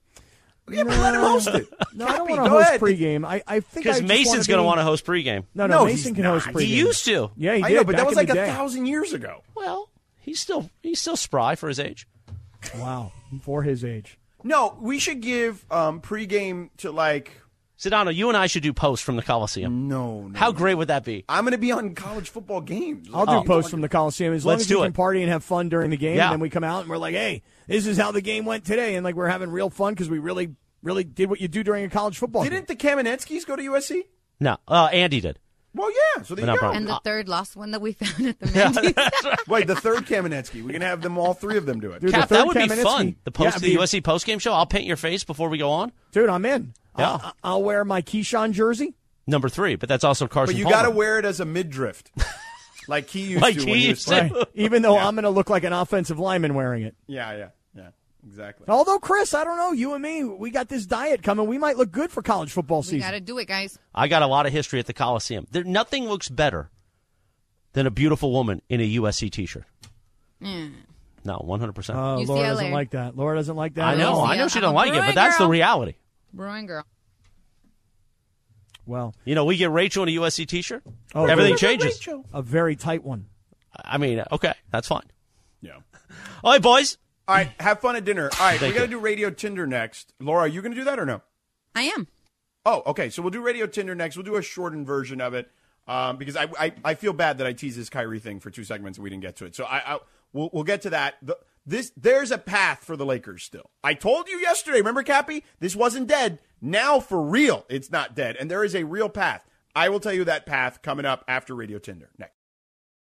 C: Yeah, but let him host it.
D: No, I don't
C: Cappy,
D: want to
C: go
D: host
C: ahead.
D: pregame. I, I think
F: Because
D: I just
F: Mason's
D: want
F: going
D: to
F: to
D: be-
F: want to host pregame.
D: No, no,
C: No, he's
D: Mason can host
C: not.
D: pregame.
F: He used to.
D: Yeah, he
C: I
D: did.
C: know, but
D: back
C: that was
D: in the
C: like a
D: day.
C: thousand years ago.
F: Well, he's still he's still spry for his age.
D: Wow, for his age.
C: No, we should give um, pregame to like
F: Sedano, you and I should do posts from the Coliseum.
C: no. no
F: How great would that be?
C: I'm going to be on college football games. Oh.
D: I'll do posts from the Coliseum as long
F: Let's
D: as we
F: do
D: can
F: it.
D: party and have fun during the game.
F: Yeah.
D: And then we come out and we're like, hey, this is how the game went today, and like we're having real fun because we really, really did what you do during a college football.
C: Didn't the
D: game.
C: Kamenetskis go to USC?
F: No, uh, Andy did.
C: Well, yeah. So there
F: No
C: you go.
F: problem.
B: And the third lost one that we found at the Mandy's.
C: Wait, the third Kamenetsky. We can have them all three of them do it.
D: Dude, the
F: Cap,
D: third
F: that would be
D: Kamenetsky-
F: fun. The
D: Yeah,
F: post
D: it'd
F: the
D: be-
F: USC postgame show. I'll paint your face before we go on.
D: dude? I'm in.
F: Yeah.
D: I'll, I'll wear my Keyshawn jersey.
F: Number three, but that's also Carson.
C: But you
F: Palmer.
C: got to wear it as a mid drift, like he used
F: Like
C: to.
F: he
C: when he was
F: used to.
C: playing.
D: Even though I'm going to look like an offensive lineman wearing it.
C: Yeah, yeah, yeah. Exactly.
D: Although Chris, I don't know, you and me, we got this diet coming. We might look good for college football
B: we
D: season.
B: got to do it, guys.
F: I got a lot of history at the Coliseum. There, nothing looks better than a beautiful woman in a USC t-shirt. No, one hundred percent.
D: Oh, Laura
B: UCLA.
D: doesn't like that. Laura doesn't like that.
F: I know,
B: Uh, yeah,
F: I know she
B: I'm
F: doesn't
B: a
F: like it,
B: Bruin
F: but that's the
B: girl.
F: reality.
B: Bruin girl.
D: Well,
F: You know, we get Rachel in a USC t-shirt.
D: Oh,
F: everything
D: Rachel.
F: changes.
D: a very tight one.
F: I mean, okay, that's fine.
C: Yeah.
F: All right, boys.
C: All right. Have fun at dinner. All right. we
F: Thank
C: got to
F: you.
C: do Radio Tinder next. Laura, are you going to do that or no?
B: I am.
C: Oh, okay. So we'll do Radio Tinder next. We'll do a shortened version of it um, because I, I I feel bad that I teased this Kyrie thing for two segments and we didn't get to it. So I, I we'll, we'll get to that. The, this there's a path for the Lakers still. I told you yesterday. Remember, Cappy? This wasn't dead. Now for real, it's not dead, and there is a real path. I will tell you that path coming up after Radio Tinder next.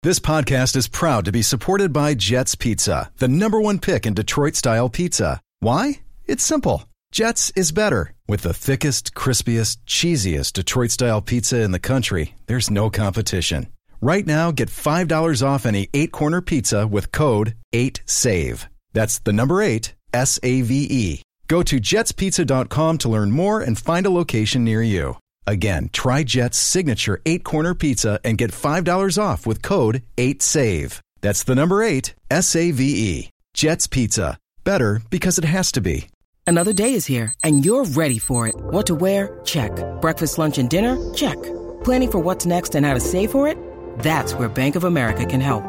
H: This podcast is proud to be supported by Jets Pizza, the number one pick in Detroit style pizza. Why? It's simple. Jets is better. With the thickest, crispiest, cheesiest Detroit style pizza in the country, there's no competition. Right now, get $5 off any eight corner pizza with code 8SAVE. That's the number eight, S A V E. Go to jetspizza.com to learn more and find a location near you. Again, try Jet's signature eight corner pizza and get $5 off with code 8SAVE. That's the number eight, S A V E. Jet's Pizza. Better because it has to be.
I: Another day is here, and you're ready for it. What to wear? Check. Breakfast, lunch, and dinner? Check. Planning for what's next and how to save for it? That's where Bank of America can help.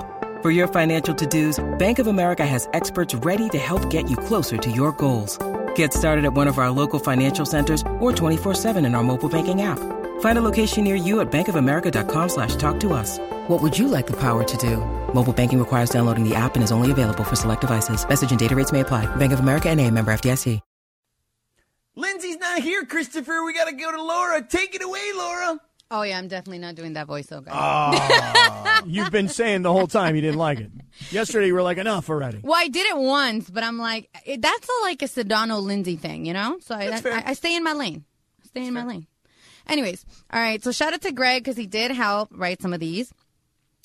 I: For your financial to dos, Bank of America has experts ready to help get you closer to your goals. Get started at one of our local financial centers or 24-7 in our mobile banking app. Find a location near you at bankofamerica.com slash talk to us. What would you like the power to do? Mobile banking requires downloading the app and is only available for select devices. Message and data rates may apply. Bank of America and a member FDIC.
C: Lindsay's not here, Christopher. We got to go to Laura. Take it away, Laura.
B: Oh, yeah, I'm definitely not doing that voice, though, guys.
D: You've been saying the whole time you didn't like it. Yesterday, you were like, enough already.
B: Well, I did it once, but I'm like, it, that's a, like a Sedano Lindsay thing, you know? So I, I, I, stay in my lane. I stay in my lane. Anyways, all right. So shout out to Greg because he did help write some of these.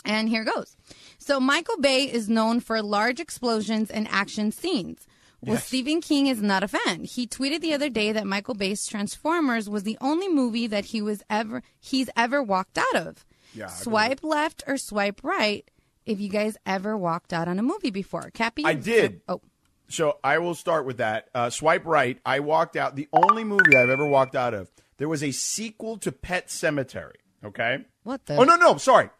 B: And here goes. So Michael Bay is known for large explosions and action scenes. Well, Stephen King is not a fan. He tweeted the other day that Michael Bay's Transformers was the only movie that he was ever he's ever walked out of. swipe left or swipe right if you guys ever walked out on a movie before. Cappy,
C: I did.
B: Oh,
C: So I will start with that. Uh, swipe right. I walked out. The only movie I've ever walked out of. There was a sequel to Pet Cemetery. Okay.
B: What the-
C: Oh no no sorry.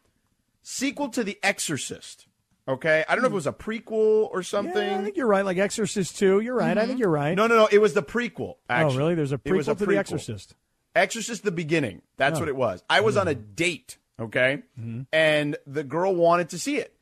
C: sequel to The Exorcist. Okay, I don't know if it was a prequel or something. Mm-hmm.
D: Yeah, I think you're right. Like Exorcist 2. You're right. I think you're right.
C: No, no, no. It was the prequel. Actually.
D: oh, really? There's a
C: It was
D: prequel to The
C: prequel.
D: Exorcist.
C: Exorcist: The Beginning. That's what it was. I was on a date, okay, and the girl wanted to see it,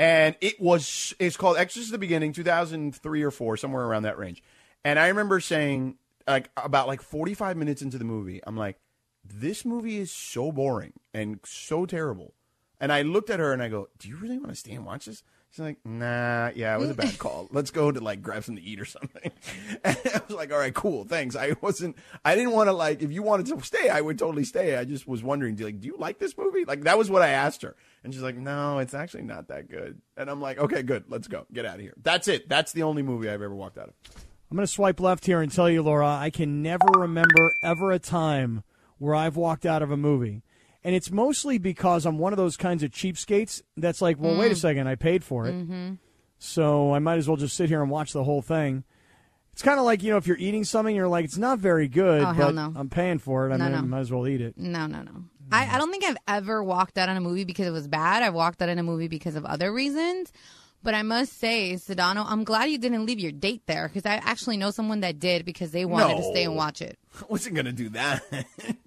C: and it was it's called Exorcist: The Beginning, two thousand three or four, somewhere around that range. And I remember saying, like about like forty five minutes into the movie, I'm like, this movie is so boring and so terrible. And I looked at her and I go, "Do you really want to stay and watch this?" She's like, "Nah, yeah, it was a bad call. Let's go to like grab something to eat or something." And I was like, "All right, cool, thanks." I wasn't, I didn't want to like. If you wanted to stay, I would totally stay. I just was wondering, do you, like, do you like this movie? Like that was what I asked her, and she's like, "No, it's actually not that good." And I'm like, "Okay, good, let's go, get out of here." That's it. That's the only movie I've ever walked out of.
D: I'm going to swipe left here and tell you, Laura, I can never remember ever a time where I've walked out of a movie. And it's mostly because I'm one of those kinds of cheapskates that's like, well,
B: Mm.
D: wait a second, I paid for it.
B: Mm-hmm.
D: So I might as well just sit here and watch the whole thing. It's kind of like, you know, if you're eating something, you're like, it's not very good,
B: Oh, hell
D: but
B: no.
D: I'm paying for it. I
B: No,
D: mean,
B: no.
D: I might as well eat it.
B: No, no, no. I, I don't think I've ever walked out on a movie because it was bad. I've walked out on a movie because of other reasons. But I must say, Sedano, I'm glad you didn't leave your date there because I actually know someone that did because they wanted to stay and
C: No.
B: watch it.
C: I wasn't gonna do that.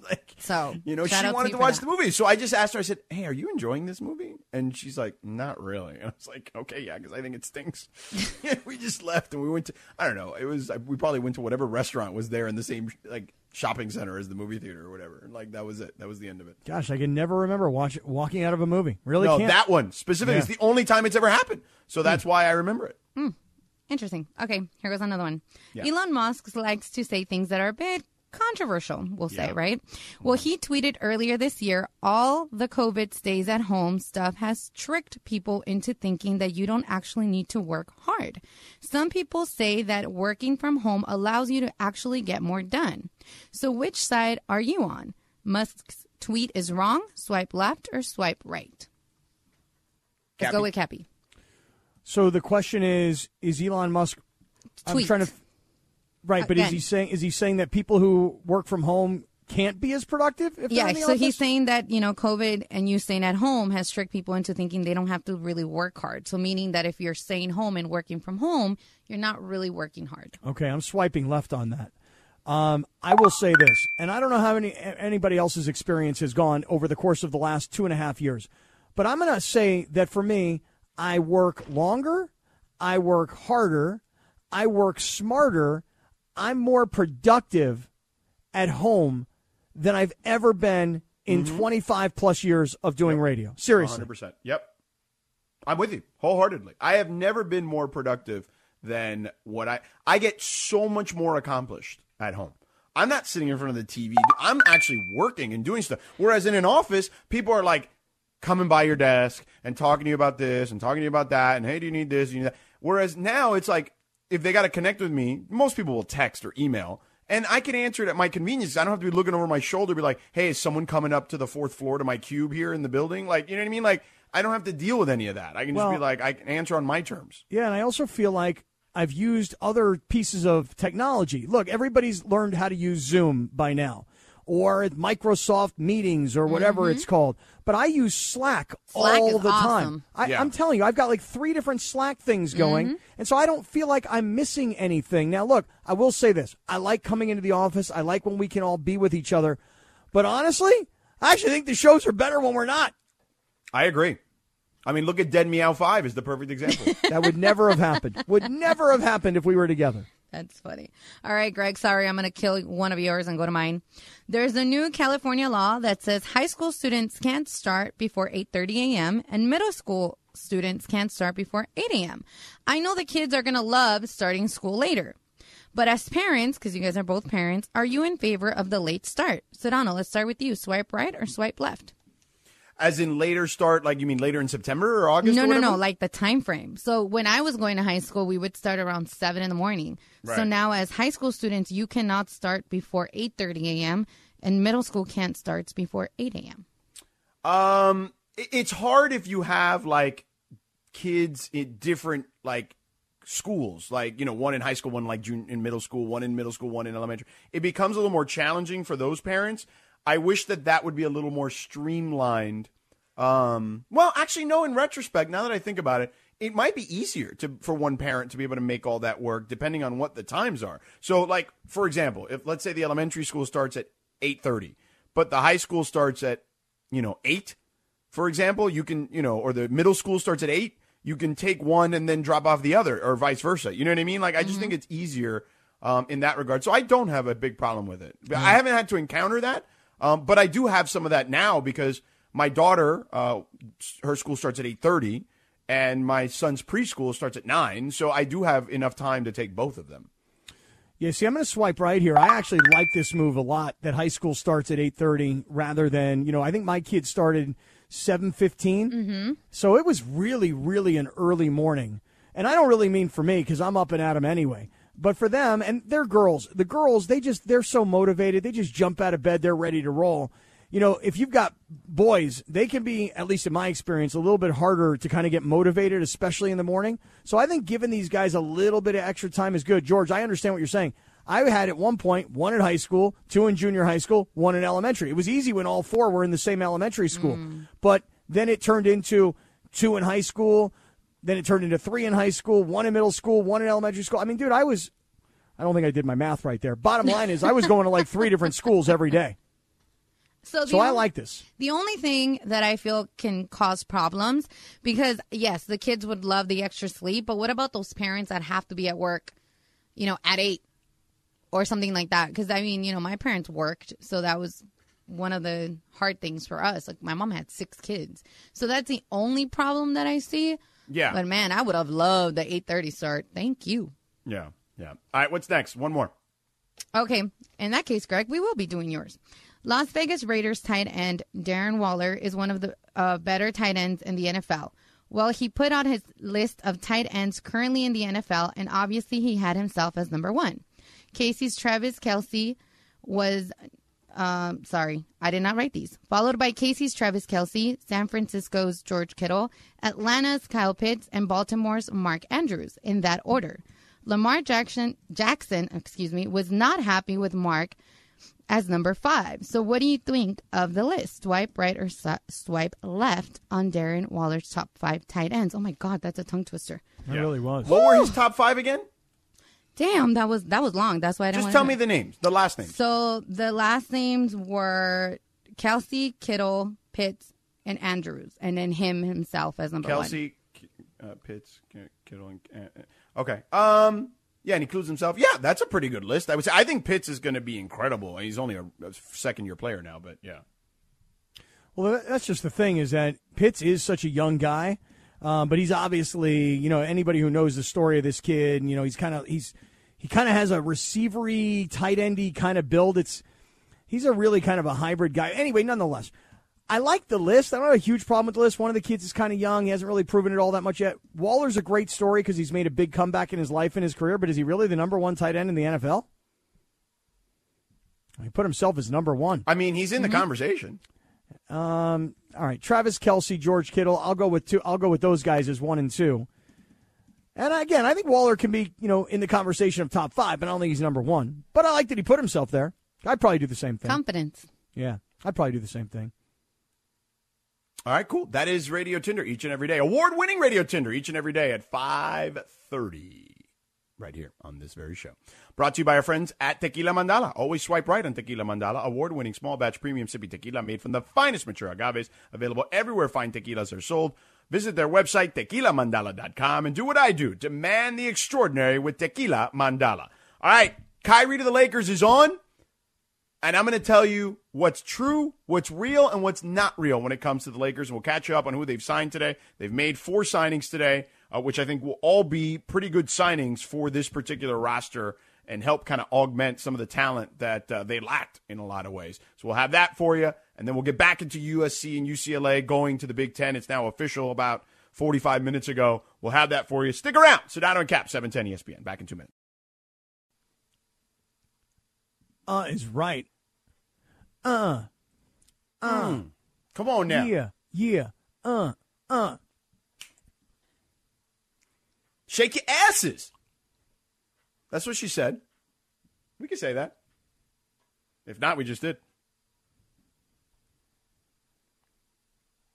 C: like,
B: So,
C: you know,
B: shout out
C: she
B: to
C: wanted
B: you
C: to
B: for
C: watch
B: that.
C: the movie, so I just asked her. I said, "Hey, are you enjoying this movie?" And she's like, "Not really." And I was like, "Okay, yeah, because I think it stinks." we just left and we went to I don't know. It was we probably went to whatever restaurant was there in the same like shopping center as the movie theater or whatever. Like that was it. That was the end of it.
D: Gosh, I can never remember watch, walking out of a movie. Really
C: no,
D: can't.
C: that one specifically is
D: Yeah.
C: the only time it's ever happened. So that's
B: Hmm.
C: why I remember it.
B: Interesting. Okay, here goes another one. Elon Musk likes to say things that are a bit controversial, we'll say, right? Well, he tweeted earlier this year all the COVID stays at home stuff has tricked people into thinking that you don't actually need to work hard. Some people say that working from home allows you to actually get more done. So, which side are you on? Musk's tweet is wrong, swipe left or swipe right? Let's go with Cappy.
D: So the question is: Is Elon Musk? I'm
B: Tweet.
D: trying to. Right, but is
B: Again.
D: he saying is he saying that people who work from home can't be as productive? If they're
B: Yeah,
D: in the
B: so he's
D: office?
B: saying that, you know, COVID and you staying at home has tricked people into thinking they don't have to really work hard. So, meaning that if you're staying home and working from home, you're not really working hard.
D: Okay, I'm swiping left on that. Um, I will say this, and I don't know how any anybody else's experience has gone over the course of the last two and a half years, but I'm going to say that for me, I work longer, I work harder, I work smarter, I'm more productive at home than I've ever been in 25 plus years of doing radio. Seriously,
C: Hundred percent. Yep. I'm with you wholeheartedly. I have never been more productive than what I I get so much more accomplished at home. I'm not sitting in front of the TV. I'm actually working and doing stuff. Whereas in an office, people are like coming by your desk and talking to you about this and talking to you about that and hey, do you need this? Do you need that? Whereas now it's like if they got to connect with me, most people will text or email, and I can answer it at my convenience. I don't have to be looking over my shoulder, be like, "Hey, is someone coming up to the fourth floor to my cube here in the building?" Like, you know what I mean? Like, I don't have to deal with any of that. I can just
D: Well-
C: be like, I can answer on my terms.
D: Yeah, and I also feel like I've used other pieces of technology. Look, everybody's learned how to use Zoom by now or Microsoft Meetings or whatever it's called. But I use Slack,
B: Mm-hmm. Slack
D: all
B: is
D: the time.
B: awesome. Mm-hmm.
D: I,
C: Yeah.
D: I'm telling you, I've got like three different Slack things going. And so I don't feel like I'm missing anything. Now, look, I will say this I like coming into the office, I like when we can all be with each other. But honestly, I actually think the shows are better when we're not.
C: I agree. I mean, look at Dead Meow Five is the perfect example.
D: That would never have happened. Would never have happened if we were together.
B: That's funny. All right, Greg, sorry, I'm going to kill one of yours and go to mine. There's a new California law that says high school students can't start before 8:30 a.m. and middle school students can't start before 8 a.m. I know the kids are going to love starting school later. But as parents, because you guys are both parents, are you in favor of the late start? Sedano, let's start with you. Swipe right or swipe left?
C: As in later start, like you mean later in September or August?
B: no,
C: or
B: no,
C: whatever?
B: no. Like the time frame. So when I was going to high school, we would start around seven in the morning. So now, as high school students, you cannot start before eight thirty a.m. and middle school can't start before eight a.m.
C: Um, i- it's hard if you have like kids in different like schools, like you know, one in high school, one like jun- in middle school, one in middle school, one in elementary. It becomes a little more challenging for those parents. I wish that that would be a little more streamlined Um, well, actually, no. In retrospect, now that I think about it, it might be easier to for one parent to be able to make all that work, depending on what the times are. So, like for example, if let's say the elementary school starts at eight thirty, but the high school starts at you know eight, for example, you can you know, or the middle school starts at eight, you can take one and then drop off the other, or vice versa. You know what I mean? Like I just think it's easier um, in that regard. So I don't have a big problem with it. I haven't had to encounter that, um, but I do have some of that now because my daughter, uh, her school starts at eight thirty, and my son's preschool starts at nine. So I do have enough time to take both of them.
D: Yeah, see, I'm going to swipe right here. I actually like this move a lot. That high school starts at 8:30 rather than you know. I think my kid started 7:15, mm-hmm. so it was really, really an early morning. And I don't really mean for me because I'm up and at 'em anyway. But for them, and they're girls. The girls, they just they're so motivated. They just jump out of bed. They're ready to roll. You know, if you've got boys, they can be, at least in my experience, a little bit harder to kind of get motivated, especially in the morning. So I think giving these guys a little bit of extra time is good. George, I understand what you're saying. I had at one point one in high school, two in junior high school, one in elementary. It was easy when all four were in the same elementary school. But then it turned into two in high school, then it turned into three in high school, one in middle school, one in elementary school. I mean, dude, I was, I don't think I did my math right there. Bottom line is, I was going to like three different schools every day.
B: So, the
D: So I
B: only-
D: like this.
B: The only thing that I feel can cause problems because yes, the kids would love the extra sleep, but what about those parents that have to be at work, you know, at 8 or something like that? Cuz I mean, you know, my parents worked, so that was one of the hard things for us. Like my mom had 6 kids. So that's the only problem that I see.
C: Yeah.
B: But man, I would have loved the 8:30 start. Thank you.
C: Yeah, yeah. All right, what's next? One more.
B: Okay. In that case, Greg, we will be doing yours. Las Vegas Raiders tight end Darren Waller is one of the uh, better tight ends in the NFL. Well, he put out his list of tight ends currently in the NFL, and obviously he had himself as number one. Casey's Travis Kelsey was, um, sorry, I did not write these. Followed by Casey's Travis Kelsey, San Francisco's George Kittle, Atlanta's Kyle Pitts, and Baltimore's Mark Andrews in that order. Lamar Jackson, Jackson, excuse me, was not happy with Mark as number five. So, what do you think of the list? Swipe right or su- swipe left on Darren Waller's top five tight ends. Oh my God, that's a tongue twister.
D: It really was.
C: What were his top five again?
B: Damn, that was that was long. That's why I didn't.
C: Just
B: wanna
C: tell
B: do
C: me
B: it.
C: the names, the last names.
B: So the last names were Kelsey, Kittle, Pitts, and Andrews, and then him himself as number one.
C: Kelsey, K- uh, Pitts, K- Kittle, and uh, uh, okay. Um, yeah, and he includes himself. Yeah, that's a pretty good list. I would say. I think Pitts is going to be incredible. He's only a, second year player now, but yeah,
D: Well, that- that's just the thing is that Pitts is such a young guy, um, but he's obviously you know anybody who knows the story of this kid, you know he's kind of he's he kind of has a receivery tight endy kind of build. It's he's a really kind of a hybrid guy. Anyway, nonetheless, I like the list. I don't have a huge problem with the list. One of the kids is kind of young. He hasn't really proven it all that much yet. Waller's a great story because he's made a big comeback in his life and his career. But is he really the number one tight end in the NFL? He put himself as number one.
C: I mean he's in the conversation.
D: All right, Travis Kelsey, George Kittle. I'll go with two. I'll go with those guys as one and two. And again, I think Waller can be you know in the conversation of top five, but I don't think he's number one. But I like that he put himself there. I'd probably do the same thing.
B: Confidence.
D: yeah, I'd probably do the same thing.
C: All right, cool. That is Radio Tinder each and every day. Award-winning Radio Tinder each and every day at 5:30 right here on this very show. Brought to you by our friends at Tequila Mandala. Always swipe right on Tequila Mandala, award-winning small batch premium sippy tequila made from the finest mature agaves, available everywhere fine tequilas are sold. Visit their website tequilamandala.com and do what I do. Demand the extraordinary with Tequila Mandala. All right, Kyrie to the Lakers is on. And I'm going to tell you what's true, what's real, and what's not real when it comes to the Lakers. We'll catch you up on who they've signed today. They've made four signings today, uh, which I think will all be pretty good signings for this particular roster and help kind of augment some of the talent that uh, they lacked in a lot of ways. So we'll have that for you. And then we'll get back into USC and UCLA going to the Big Ten. It's now official about 45 minutes ago. We'll have that for you. Stick around. Sedano and Cap, E 710 ESPN. Back in two minutes.
D: Uh, is right.
C: Come on now.
D: Uh, Yeah, yeah. Uh, uh.
C: Shake your asses. That's what she said. We could say that. If not, we just did.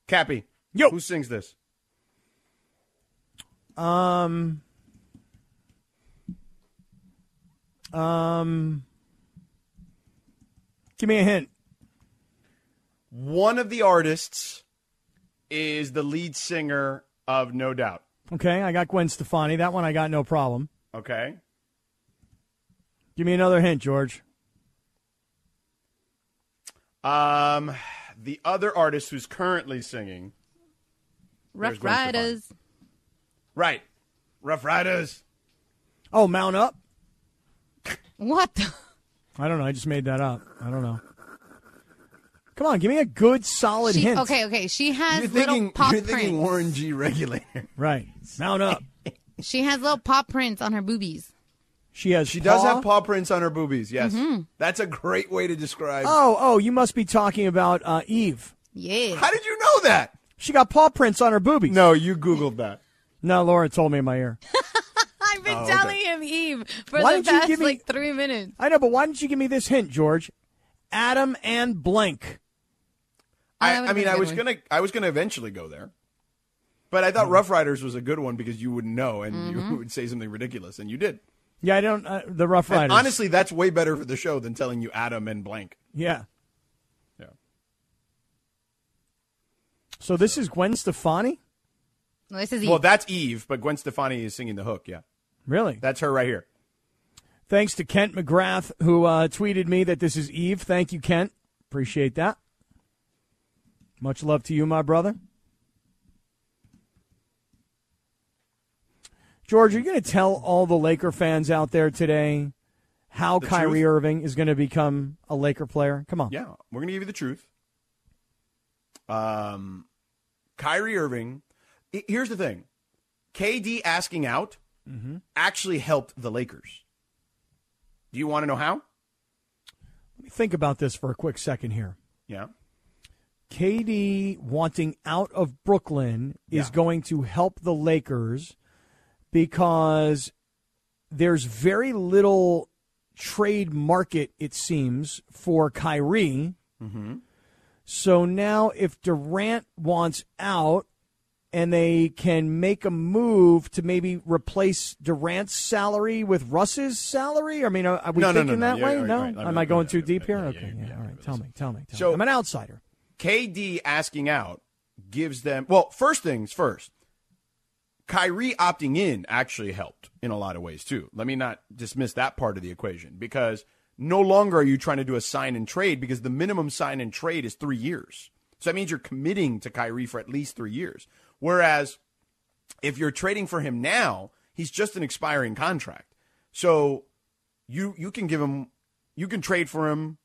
C: Cappy.
D: Yo.
C: Who sings this?
D: Um. Um. Give me a hint.
C: One of the artists is the lead singer of No Doubt.
D: Okay, I got Gwen Stefani. That one I got no problem.
C: Okay.
D: Give me another hint, George.
C: Um, the other artist who's currently singing. There's
B: Rough
C: Gwen Stefani.
B: Riders.
C: Right. Rough Riders.
D: Oh, Mount Up.
B: What the?
D: I don't know. I just made that up. I don't know. Come on, give me a good solid
B: She,
D: hint.
B: okay, okay. She has little pop prints.
C: Warren G. Regulator.
D: Right. Mount Up.
B: She has little pop prints on her boobies.
D: She has.
C: She does have paw prints on her boobies. Yes, that's a great way to describe.
D: Oh, oh, you must be talking about uh, Eve.
B: Yeah.
C: How did you know that?
D: She got paw prints on her boobies.
C: No, you googled that.
D: No, Laura told me in my ear.
B: I've been telling him Eve for
D: Oh, Why
B: the
D: did you
B: past
D: give me-
B: like three minutes.
D: I know, but why didn't you give me this hint, George? Adam and blank.
B: that
C: I,
B: would've
C: I mean,
B: been a
C: I
B: good
C: was
B: one.
C: gonna, I was gonna eventually go there, but I thought Rough Riders was a good one because you wouldn't know and you would say something ridiculous, and you did.
D: Yeah, I don't. Uh, the Rough
C: And
D: Riders.
C: honestly, that's way better for the show than telling you Adam and blank.
D: yeah.
C: Yeah.
D: So this is Gwen Stefani.
B: Well, this is Eve.
C: Well, that's Eve, but Gwen Stefani is singing the hook. Yeah,
D: Really?
C: that's her right here.
D: Thanks to Kent McGrath who uh, tweeted me that this is Eve. Thank you, Kent. Appreciate that. Much love to you, my brother. George, are you going to tell all the Laker fans out there today how
C: The
D: Kyrie
C: truth?
D: Irving is going to become a Laker player? Come on.
C: Yeah, we're gonna give you the truth. Um, Kyrie Irving. i- Here's the thing: KD asking out actually helped the Lakers. Do you want to know how?
D: Let me think about this for a quick second here.
C: Yeah.
D: KD wanting out of Brooklyn is going to help the Lakers because there's very little trade market, it seems, for Kyrie.
C: Mm-hmm.
D: So now, if Durant wants out and they can make a move to maybe replace Durant's salary with Russ's salary, I mean, are, are we
C: No, no, no,
D: thinking
C: no.
D: that
C: Yeah,
D: way?
C: yeah,
D: no?
C: right. I
D: Am
C: mean,
D: I going
C: yeah,
D: too
C: yeah,
D: deep
C: yeah,
D: here?
C: yeah,
D: okay.
C: yeah,
D: Yeah,
C: yeah,
D: all right.
C: yeah,
D: Tell me. Tell me. Tell
C: So-
D: me. I'm an outsider.
C: KD asking out gives them. Well, first things first. Kyrie opting in actually helped in a lot of ways too. Let me not dismiss that part of the equation because no longer are you trying to do a sign and trade because the minimum sign and trade is three years. So that means you're committing to Kyrie for at least three years. Whereas if you're trading for him now, he's just an expiring contract. So you you can give him you can trade for him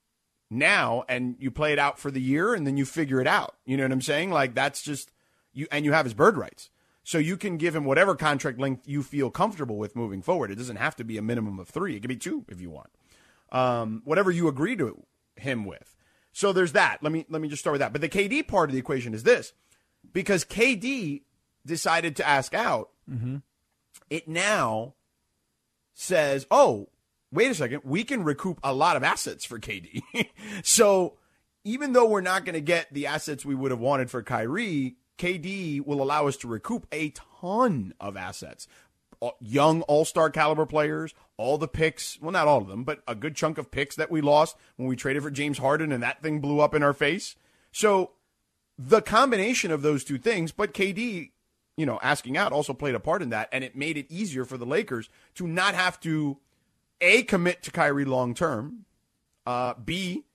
C: now and you play it out for the year and then you figure it out. You know what I'm saying? Like that's just you and you have his bird rights. So you can give him whatever contract length you feel comfortable with moving forward. It doesn't have to be a minimum of 3. It could be 2 if you want. Um whatever you agree to him with. So there's that. Let me let me just start with that. But the KD part of the equation is this. Because KD decided to ask out, it now says, "Oh, wait a second, we can recoup a lot of assets for KD." so, even though we're not going to get the assets we would have wanted for Kyrie, KD will allow us to recoup a ton of assets. Uh, Young all-star caliber players, all the picks, well not all of them, but a good chunk of picks that we lost when we traded for James Harden and that thing blew up in our face. So, the combination of those two things, but KD, you know, asking out also played a part in that, and it made it easier for the Lakers to not have to a commit to Kyrie long term, uh, b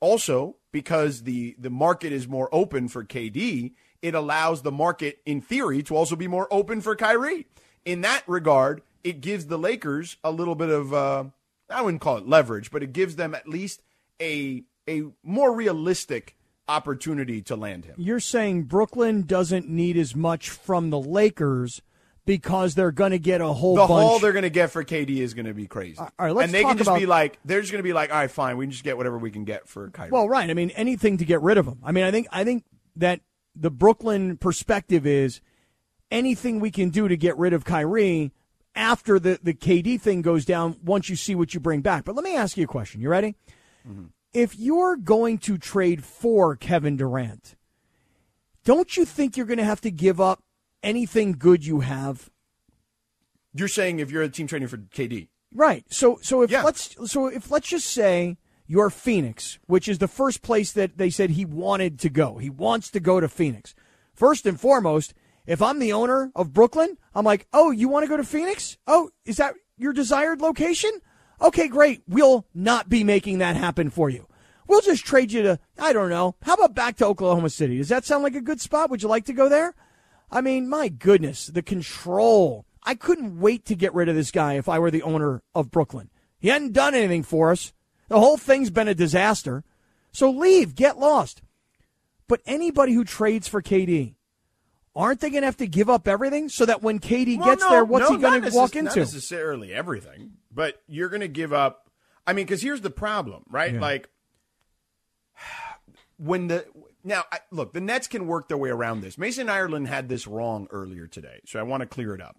C: also because the the market is more open for KD, it allows the market in theory to also be more open for Kyrie. In that regard, it gives the Lakers a little bit of uh, I wouldn't call it leverage, but it gives them at least a a more realistic opportunity to land him.
D: You're saying Brooklyn doesn't need as much from the Lakers because they're going to get a whole
C: the
D: bunch.
C: haul they're going to get for KD is going to be crazy.
D: All right, let's
C: and they
D: talk
C: can just be
D: about-
C: like, they're just going to be like, all right, fine, we can just get whatever we can get for Kyrie.
D: well, right. I mean, anything to get rid of them. I mean, I think I think that the Brooklyn perspective is anything we can do to get rid of Kyrie after the the KD thing goes down. Once you see what you bring back, but let me ask you a question. You ready?
C: Mm-hmm.
D: If you're going to trade for Kevin Durant, Don't you think you're going to have to give up anything good you have?
C: You're saying if you're a team training for KD,
D: Right. So so if
C: Yeah.
D: let's so if let's just say you're Phoenix, which is the first place that they said he wanted to go. He wants to go to Phoenix. First and foremost, if I'm the owner of Brooklyn, I'm like, "Oh, you want to go to Phoenix? Oh, is that your desired location? Okay, great. We'll not be making that happen for you. We'll just trade you to I don't know. How about back to Oklahoma City? Does that sound like a good spot? Would you like to go there?" I mean, my goodness, the control. I couldn't wait to get rid of this guy if I were the owner of Brooklyn. He hadn't done anything for us. The whole thing's been a disaster. So leave, get lost. But anybody who trades for KD, aren't they going to have to give up everything so that when KD
C: Well,
D: gets
C: no,
D: there, what's
C: no,
D: he going
C: not
D: to
C: necess-
D: walk
C: Not
D: into?
C: necessarily everything, but you're going to give up. I mean, because here's the problem, right? Like when the now I, look, the Nets can work their way around this. Mason Ireland had this wrong earlier today, so I want to clear it up.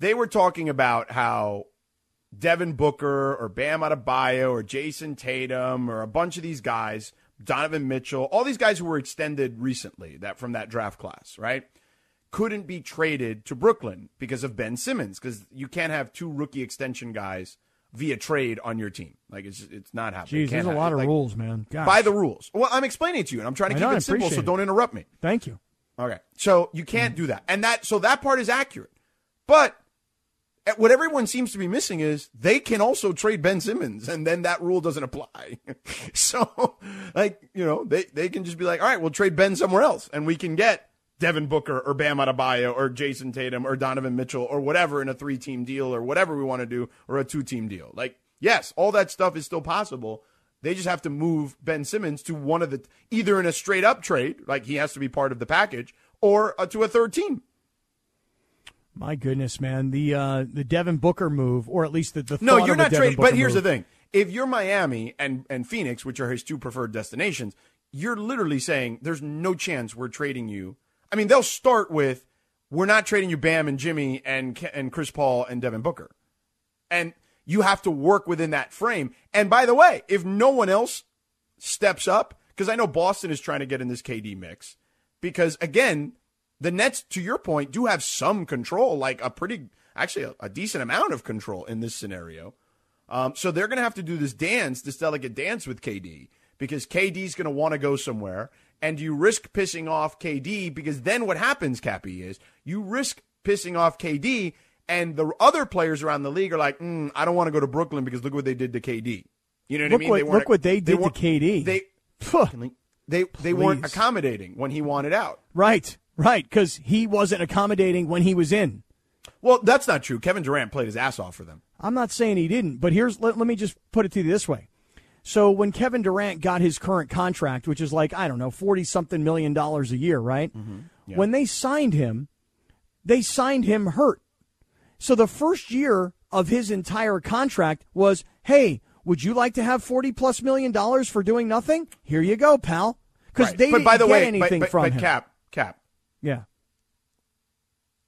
C: They were talking about how Devin Booker or Bam Adebayo or Jason Tatum or a bunch of these guys, Donovan Mitchell, all these guys who were extended recently that from that draft class, right? couldn't be traded to Brooklyn because of Ben Simmons because you can't have two rookie extension guys via trade on your team. Like it's it's not happening. Can't
D: Jeez, there's a
C: happen.
D: lot of
C: Like,
D: rules, man. Gosh.
C: By the rules. Well, I'm explaining it to you, and I'm trying to
D: I
C: keep
D: know, I
C: it simple, so
D: appreciate it.
C: don't interrupt me.
D: Thank you.
C: Okay. So you can't do that. And that so that part is accurate. But at- what everyone seems to be missing is they can also trade Ben Simmons and then that rule doesn't apply. so like, you know, they they can just be like, "All right, we'll trade Ben somewhere else and we can get Devin Booker or Bam Adebayo or Jason Tatum or Donovan Mitchell or whatever in a three-team deal or whatever we want to do or a two-team deal." Like, yes, all that stuff is still possible. They just have to move Ben Simmons to one of the either in a straight up trade, like he has to be part of the package, or uh, to a third team.
D: My goodness, man. The uh, the Devin Booker move, or at least the, the
C: No,
D: thought of
C: you're
D: a
C: not
D: Devin
C: trading. But
D: Booker
C: here's the
D: move.
C: thing: if you're Miami and and Phoenix, which are his two preferred destinations, you're literally saying there's no chance we're trading you. I mean, they'll start with we're not trading you Bam and Jimmy and Ke- and Chris Paul and Devin Booker, and you have to work within that frame. And by the way, if no one else steps up, because I know Boston is trying to get in this KD mix, because again, the Nets, to your point, do have some control, like a pretty, actually a, a decent amount of control in this scenario. Um, so they're going to have to do this dance, this delicate dance with KD, because KD's going to want to go somewhere. And you risk pissing off KD because then what happens, Cappy, is you risk pissing off KD, and the other players around the league are like, mm, I don't want to go to Brooklyn because look what they did to KD. You know what I
D: Look
C: mean?
D: what-
C: wanna-
D: look what they did to
C: want-
D: KD.
C: They
D: Phew.
C: they they weren't
D: Please.
C: accommodating when he wanted out.
D: Right, right. Because he wasn't accommodating when he was in.
C: Well, that's not true. Kevin Durant played his ass off for them.
D: I'm not saying he didn't, but here's let, let me just put it to you this way. So when Kevin Durant got his current contract, which is like I don't know, 40 something million dollars a year, right?
C: Mm-hmm.
D: When they signed him, they signed him hurt. So the first year of his entire contract was, "Hey, would you like to have 40 plus million dollars for doing nothing? Here you go, pal." Cuz
C: Right.
D: they
C: but
D: didn't
C: by the
D: get
C: way, but-
D: anything
C: but,
D: from
C: but
D: him.
C: Cap, Cap,
D: Yeah.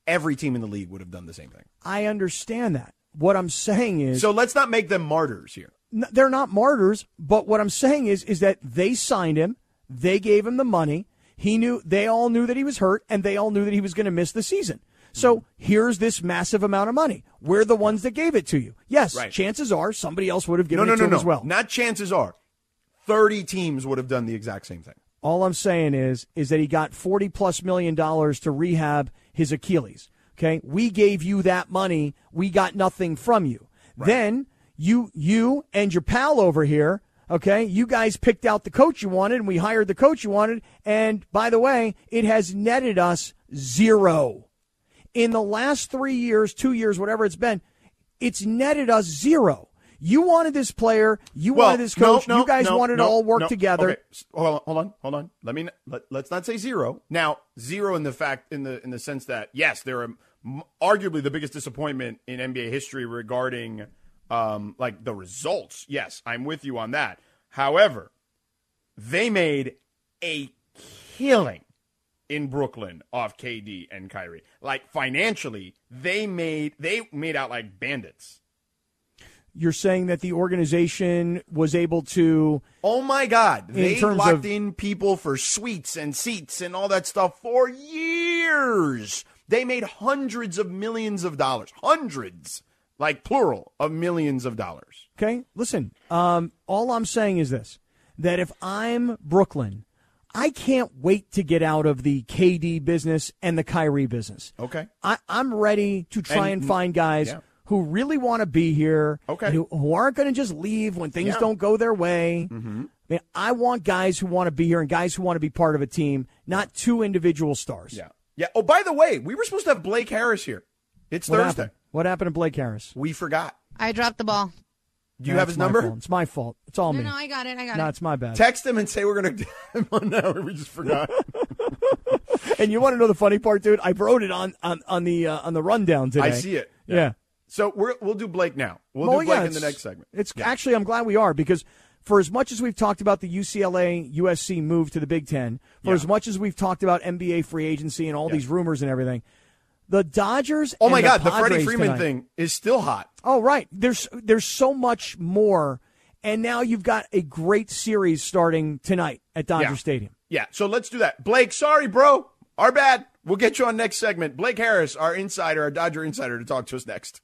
C: every team in the league would have done the same thing.
D: I understand that. What I'm saying is
C: So let's not make them martyrs here.
D: n- they're not martyrs. But what I'm saying is, is that they signed him, they gave him the money. He knew they all knew that he was hurt, and they all knew that he was going to miss the season. So
C: Mm-hmm.
D: here's this massive amount of money. We're the ones that gave it to you. Yes,
C: Right.
D: chances are somebody else would have
C: No,
D: given
C: no,
D: it to
C: no,
D: him
C: no.
D: as well.
C: Not chances are, thirty teams would have done the exact same thing.
D: All I'm saying is, is that he got 40 plus million dollars to rehab his Achilles. Okay. We gave you that money. We got nothing from you. Then you, you and your pal over here. Okay. You guys picked out the coach you wanted and we hired the coach you wanted. And by the way, it has netted us zero in the last three years, two years, whatever it's been. It's netted us zero. You wanted this player. You wanted this
C: no,
D: coach.
C: no,
D: you guys
C: no,
D: wanted
C: no,
D: to all work
C: no.
D: together.
C: Okay. S- Hold on, hold on, hold on. Let me let, let's not say zero. Now, zero in the fact in the in the sense that yes, they're um, arguably the biggest disappointment in NBA history regarding um like the results. Yes, I'm with you on that. However, they made a killing in Brooklyn off KD and Kyrie. Like financially, they made they made out like bandits.
D: You're saying that the organization was able to.
C: Oh my God! They
D: terms
C: locked
D: of-
C: in people for suites and seats and all that stuff for years. They made hundreds of millions of dollars, hundreds, like plural, of millions of dollars.
D: Okay, listen. Um, all I'm saying is this: that if I'm Brooklyn, I can't wait to get out of the KD business and the Kyrie business.
C: Okay.
D: I, I'm ready to try and,
C: And-
D: find guys
C: yeah.
D: who really want to be here.
C: Okay.
D: and Who, who aren't going to just leave when things don't go their way. Mm-hmm. I mean, I want guys who want to be here and guys who want to be part of a team, not two individual stars.
C: Yeah, yeah. Oh, by the way, we were supposed to have Blake Harris here. It's
D: What
C: Thursday.
D: happened? What happened to Blake Harris?
C: We forgot.
B: I dropped the ball.
C: Do you
D: Yeah,
C: have
D: it's
C: his
D: my
C: number?
D: fault. It's my fault. It's all
C: Hmm.
B: No,
D: me.
B: no, I got it. I got
D: no,
B: it.
D: it's my bad.
C: Text him and say we're gonna. on now. We just forgot.
D: And you want to know the funny part, dude? I wrote it on on, on the uh, on the rundown today.
C: I see it.
D: Yeah.
C: So we're, we'll do Blake now. We'll
D: Well,
C: do
D: yeah,
C: Blake in the
D: it's-
C: next segment.
D: It's actually I'm glad we are because for as much as we've talked about the UCLA USC move to the Big Ten, for as much as we've talked about NBA free agency and all these rumors and everything, the Dodgers.
C: Oh my
D: and
C: God,
D: the,
C: the Freddie
D: Padres
C: Freeman
D: tonight-
C: thing is still hot.
D: Oh right, there's there's so much more, and now you've got a great series starting tonight at Dodger
C: Yeah.
D: Stadium.
C: Yeah, so let's do that. Blake, sorry, bro. Our bad. We'll get you on next segment. Blake Harris, our insider, our Dodger insider, to talk to us next.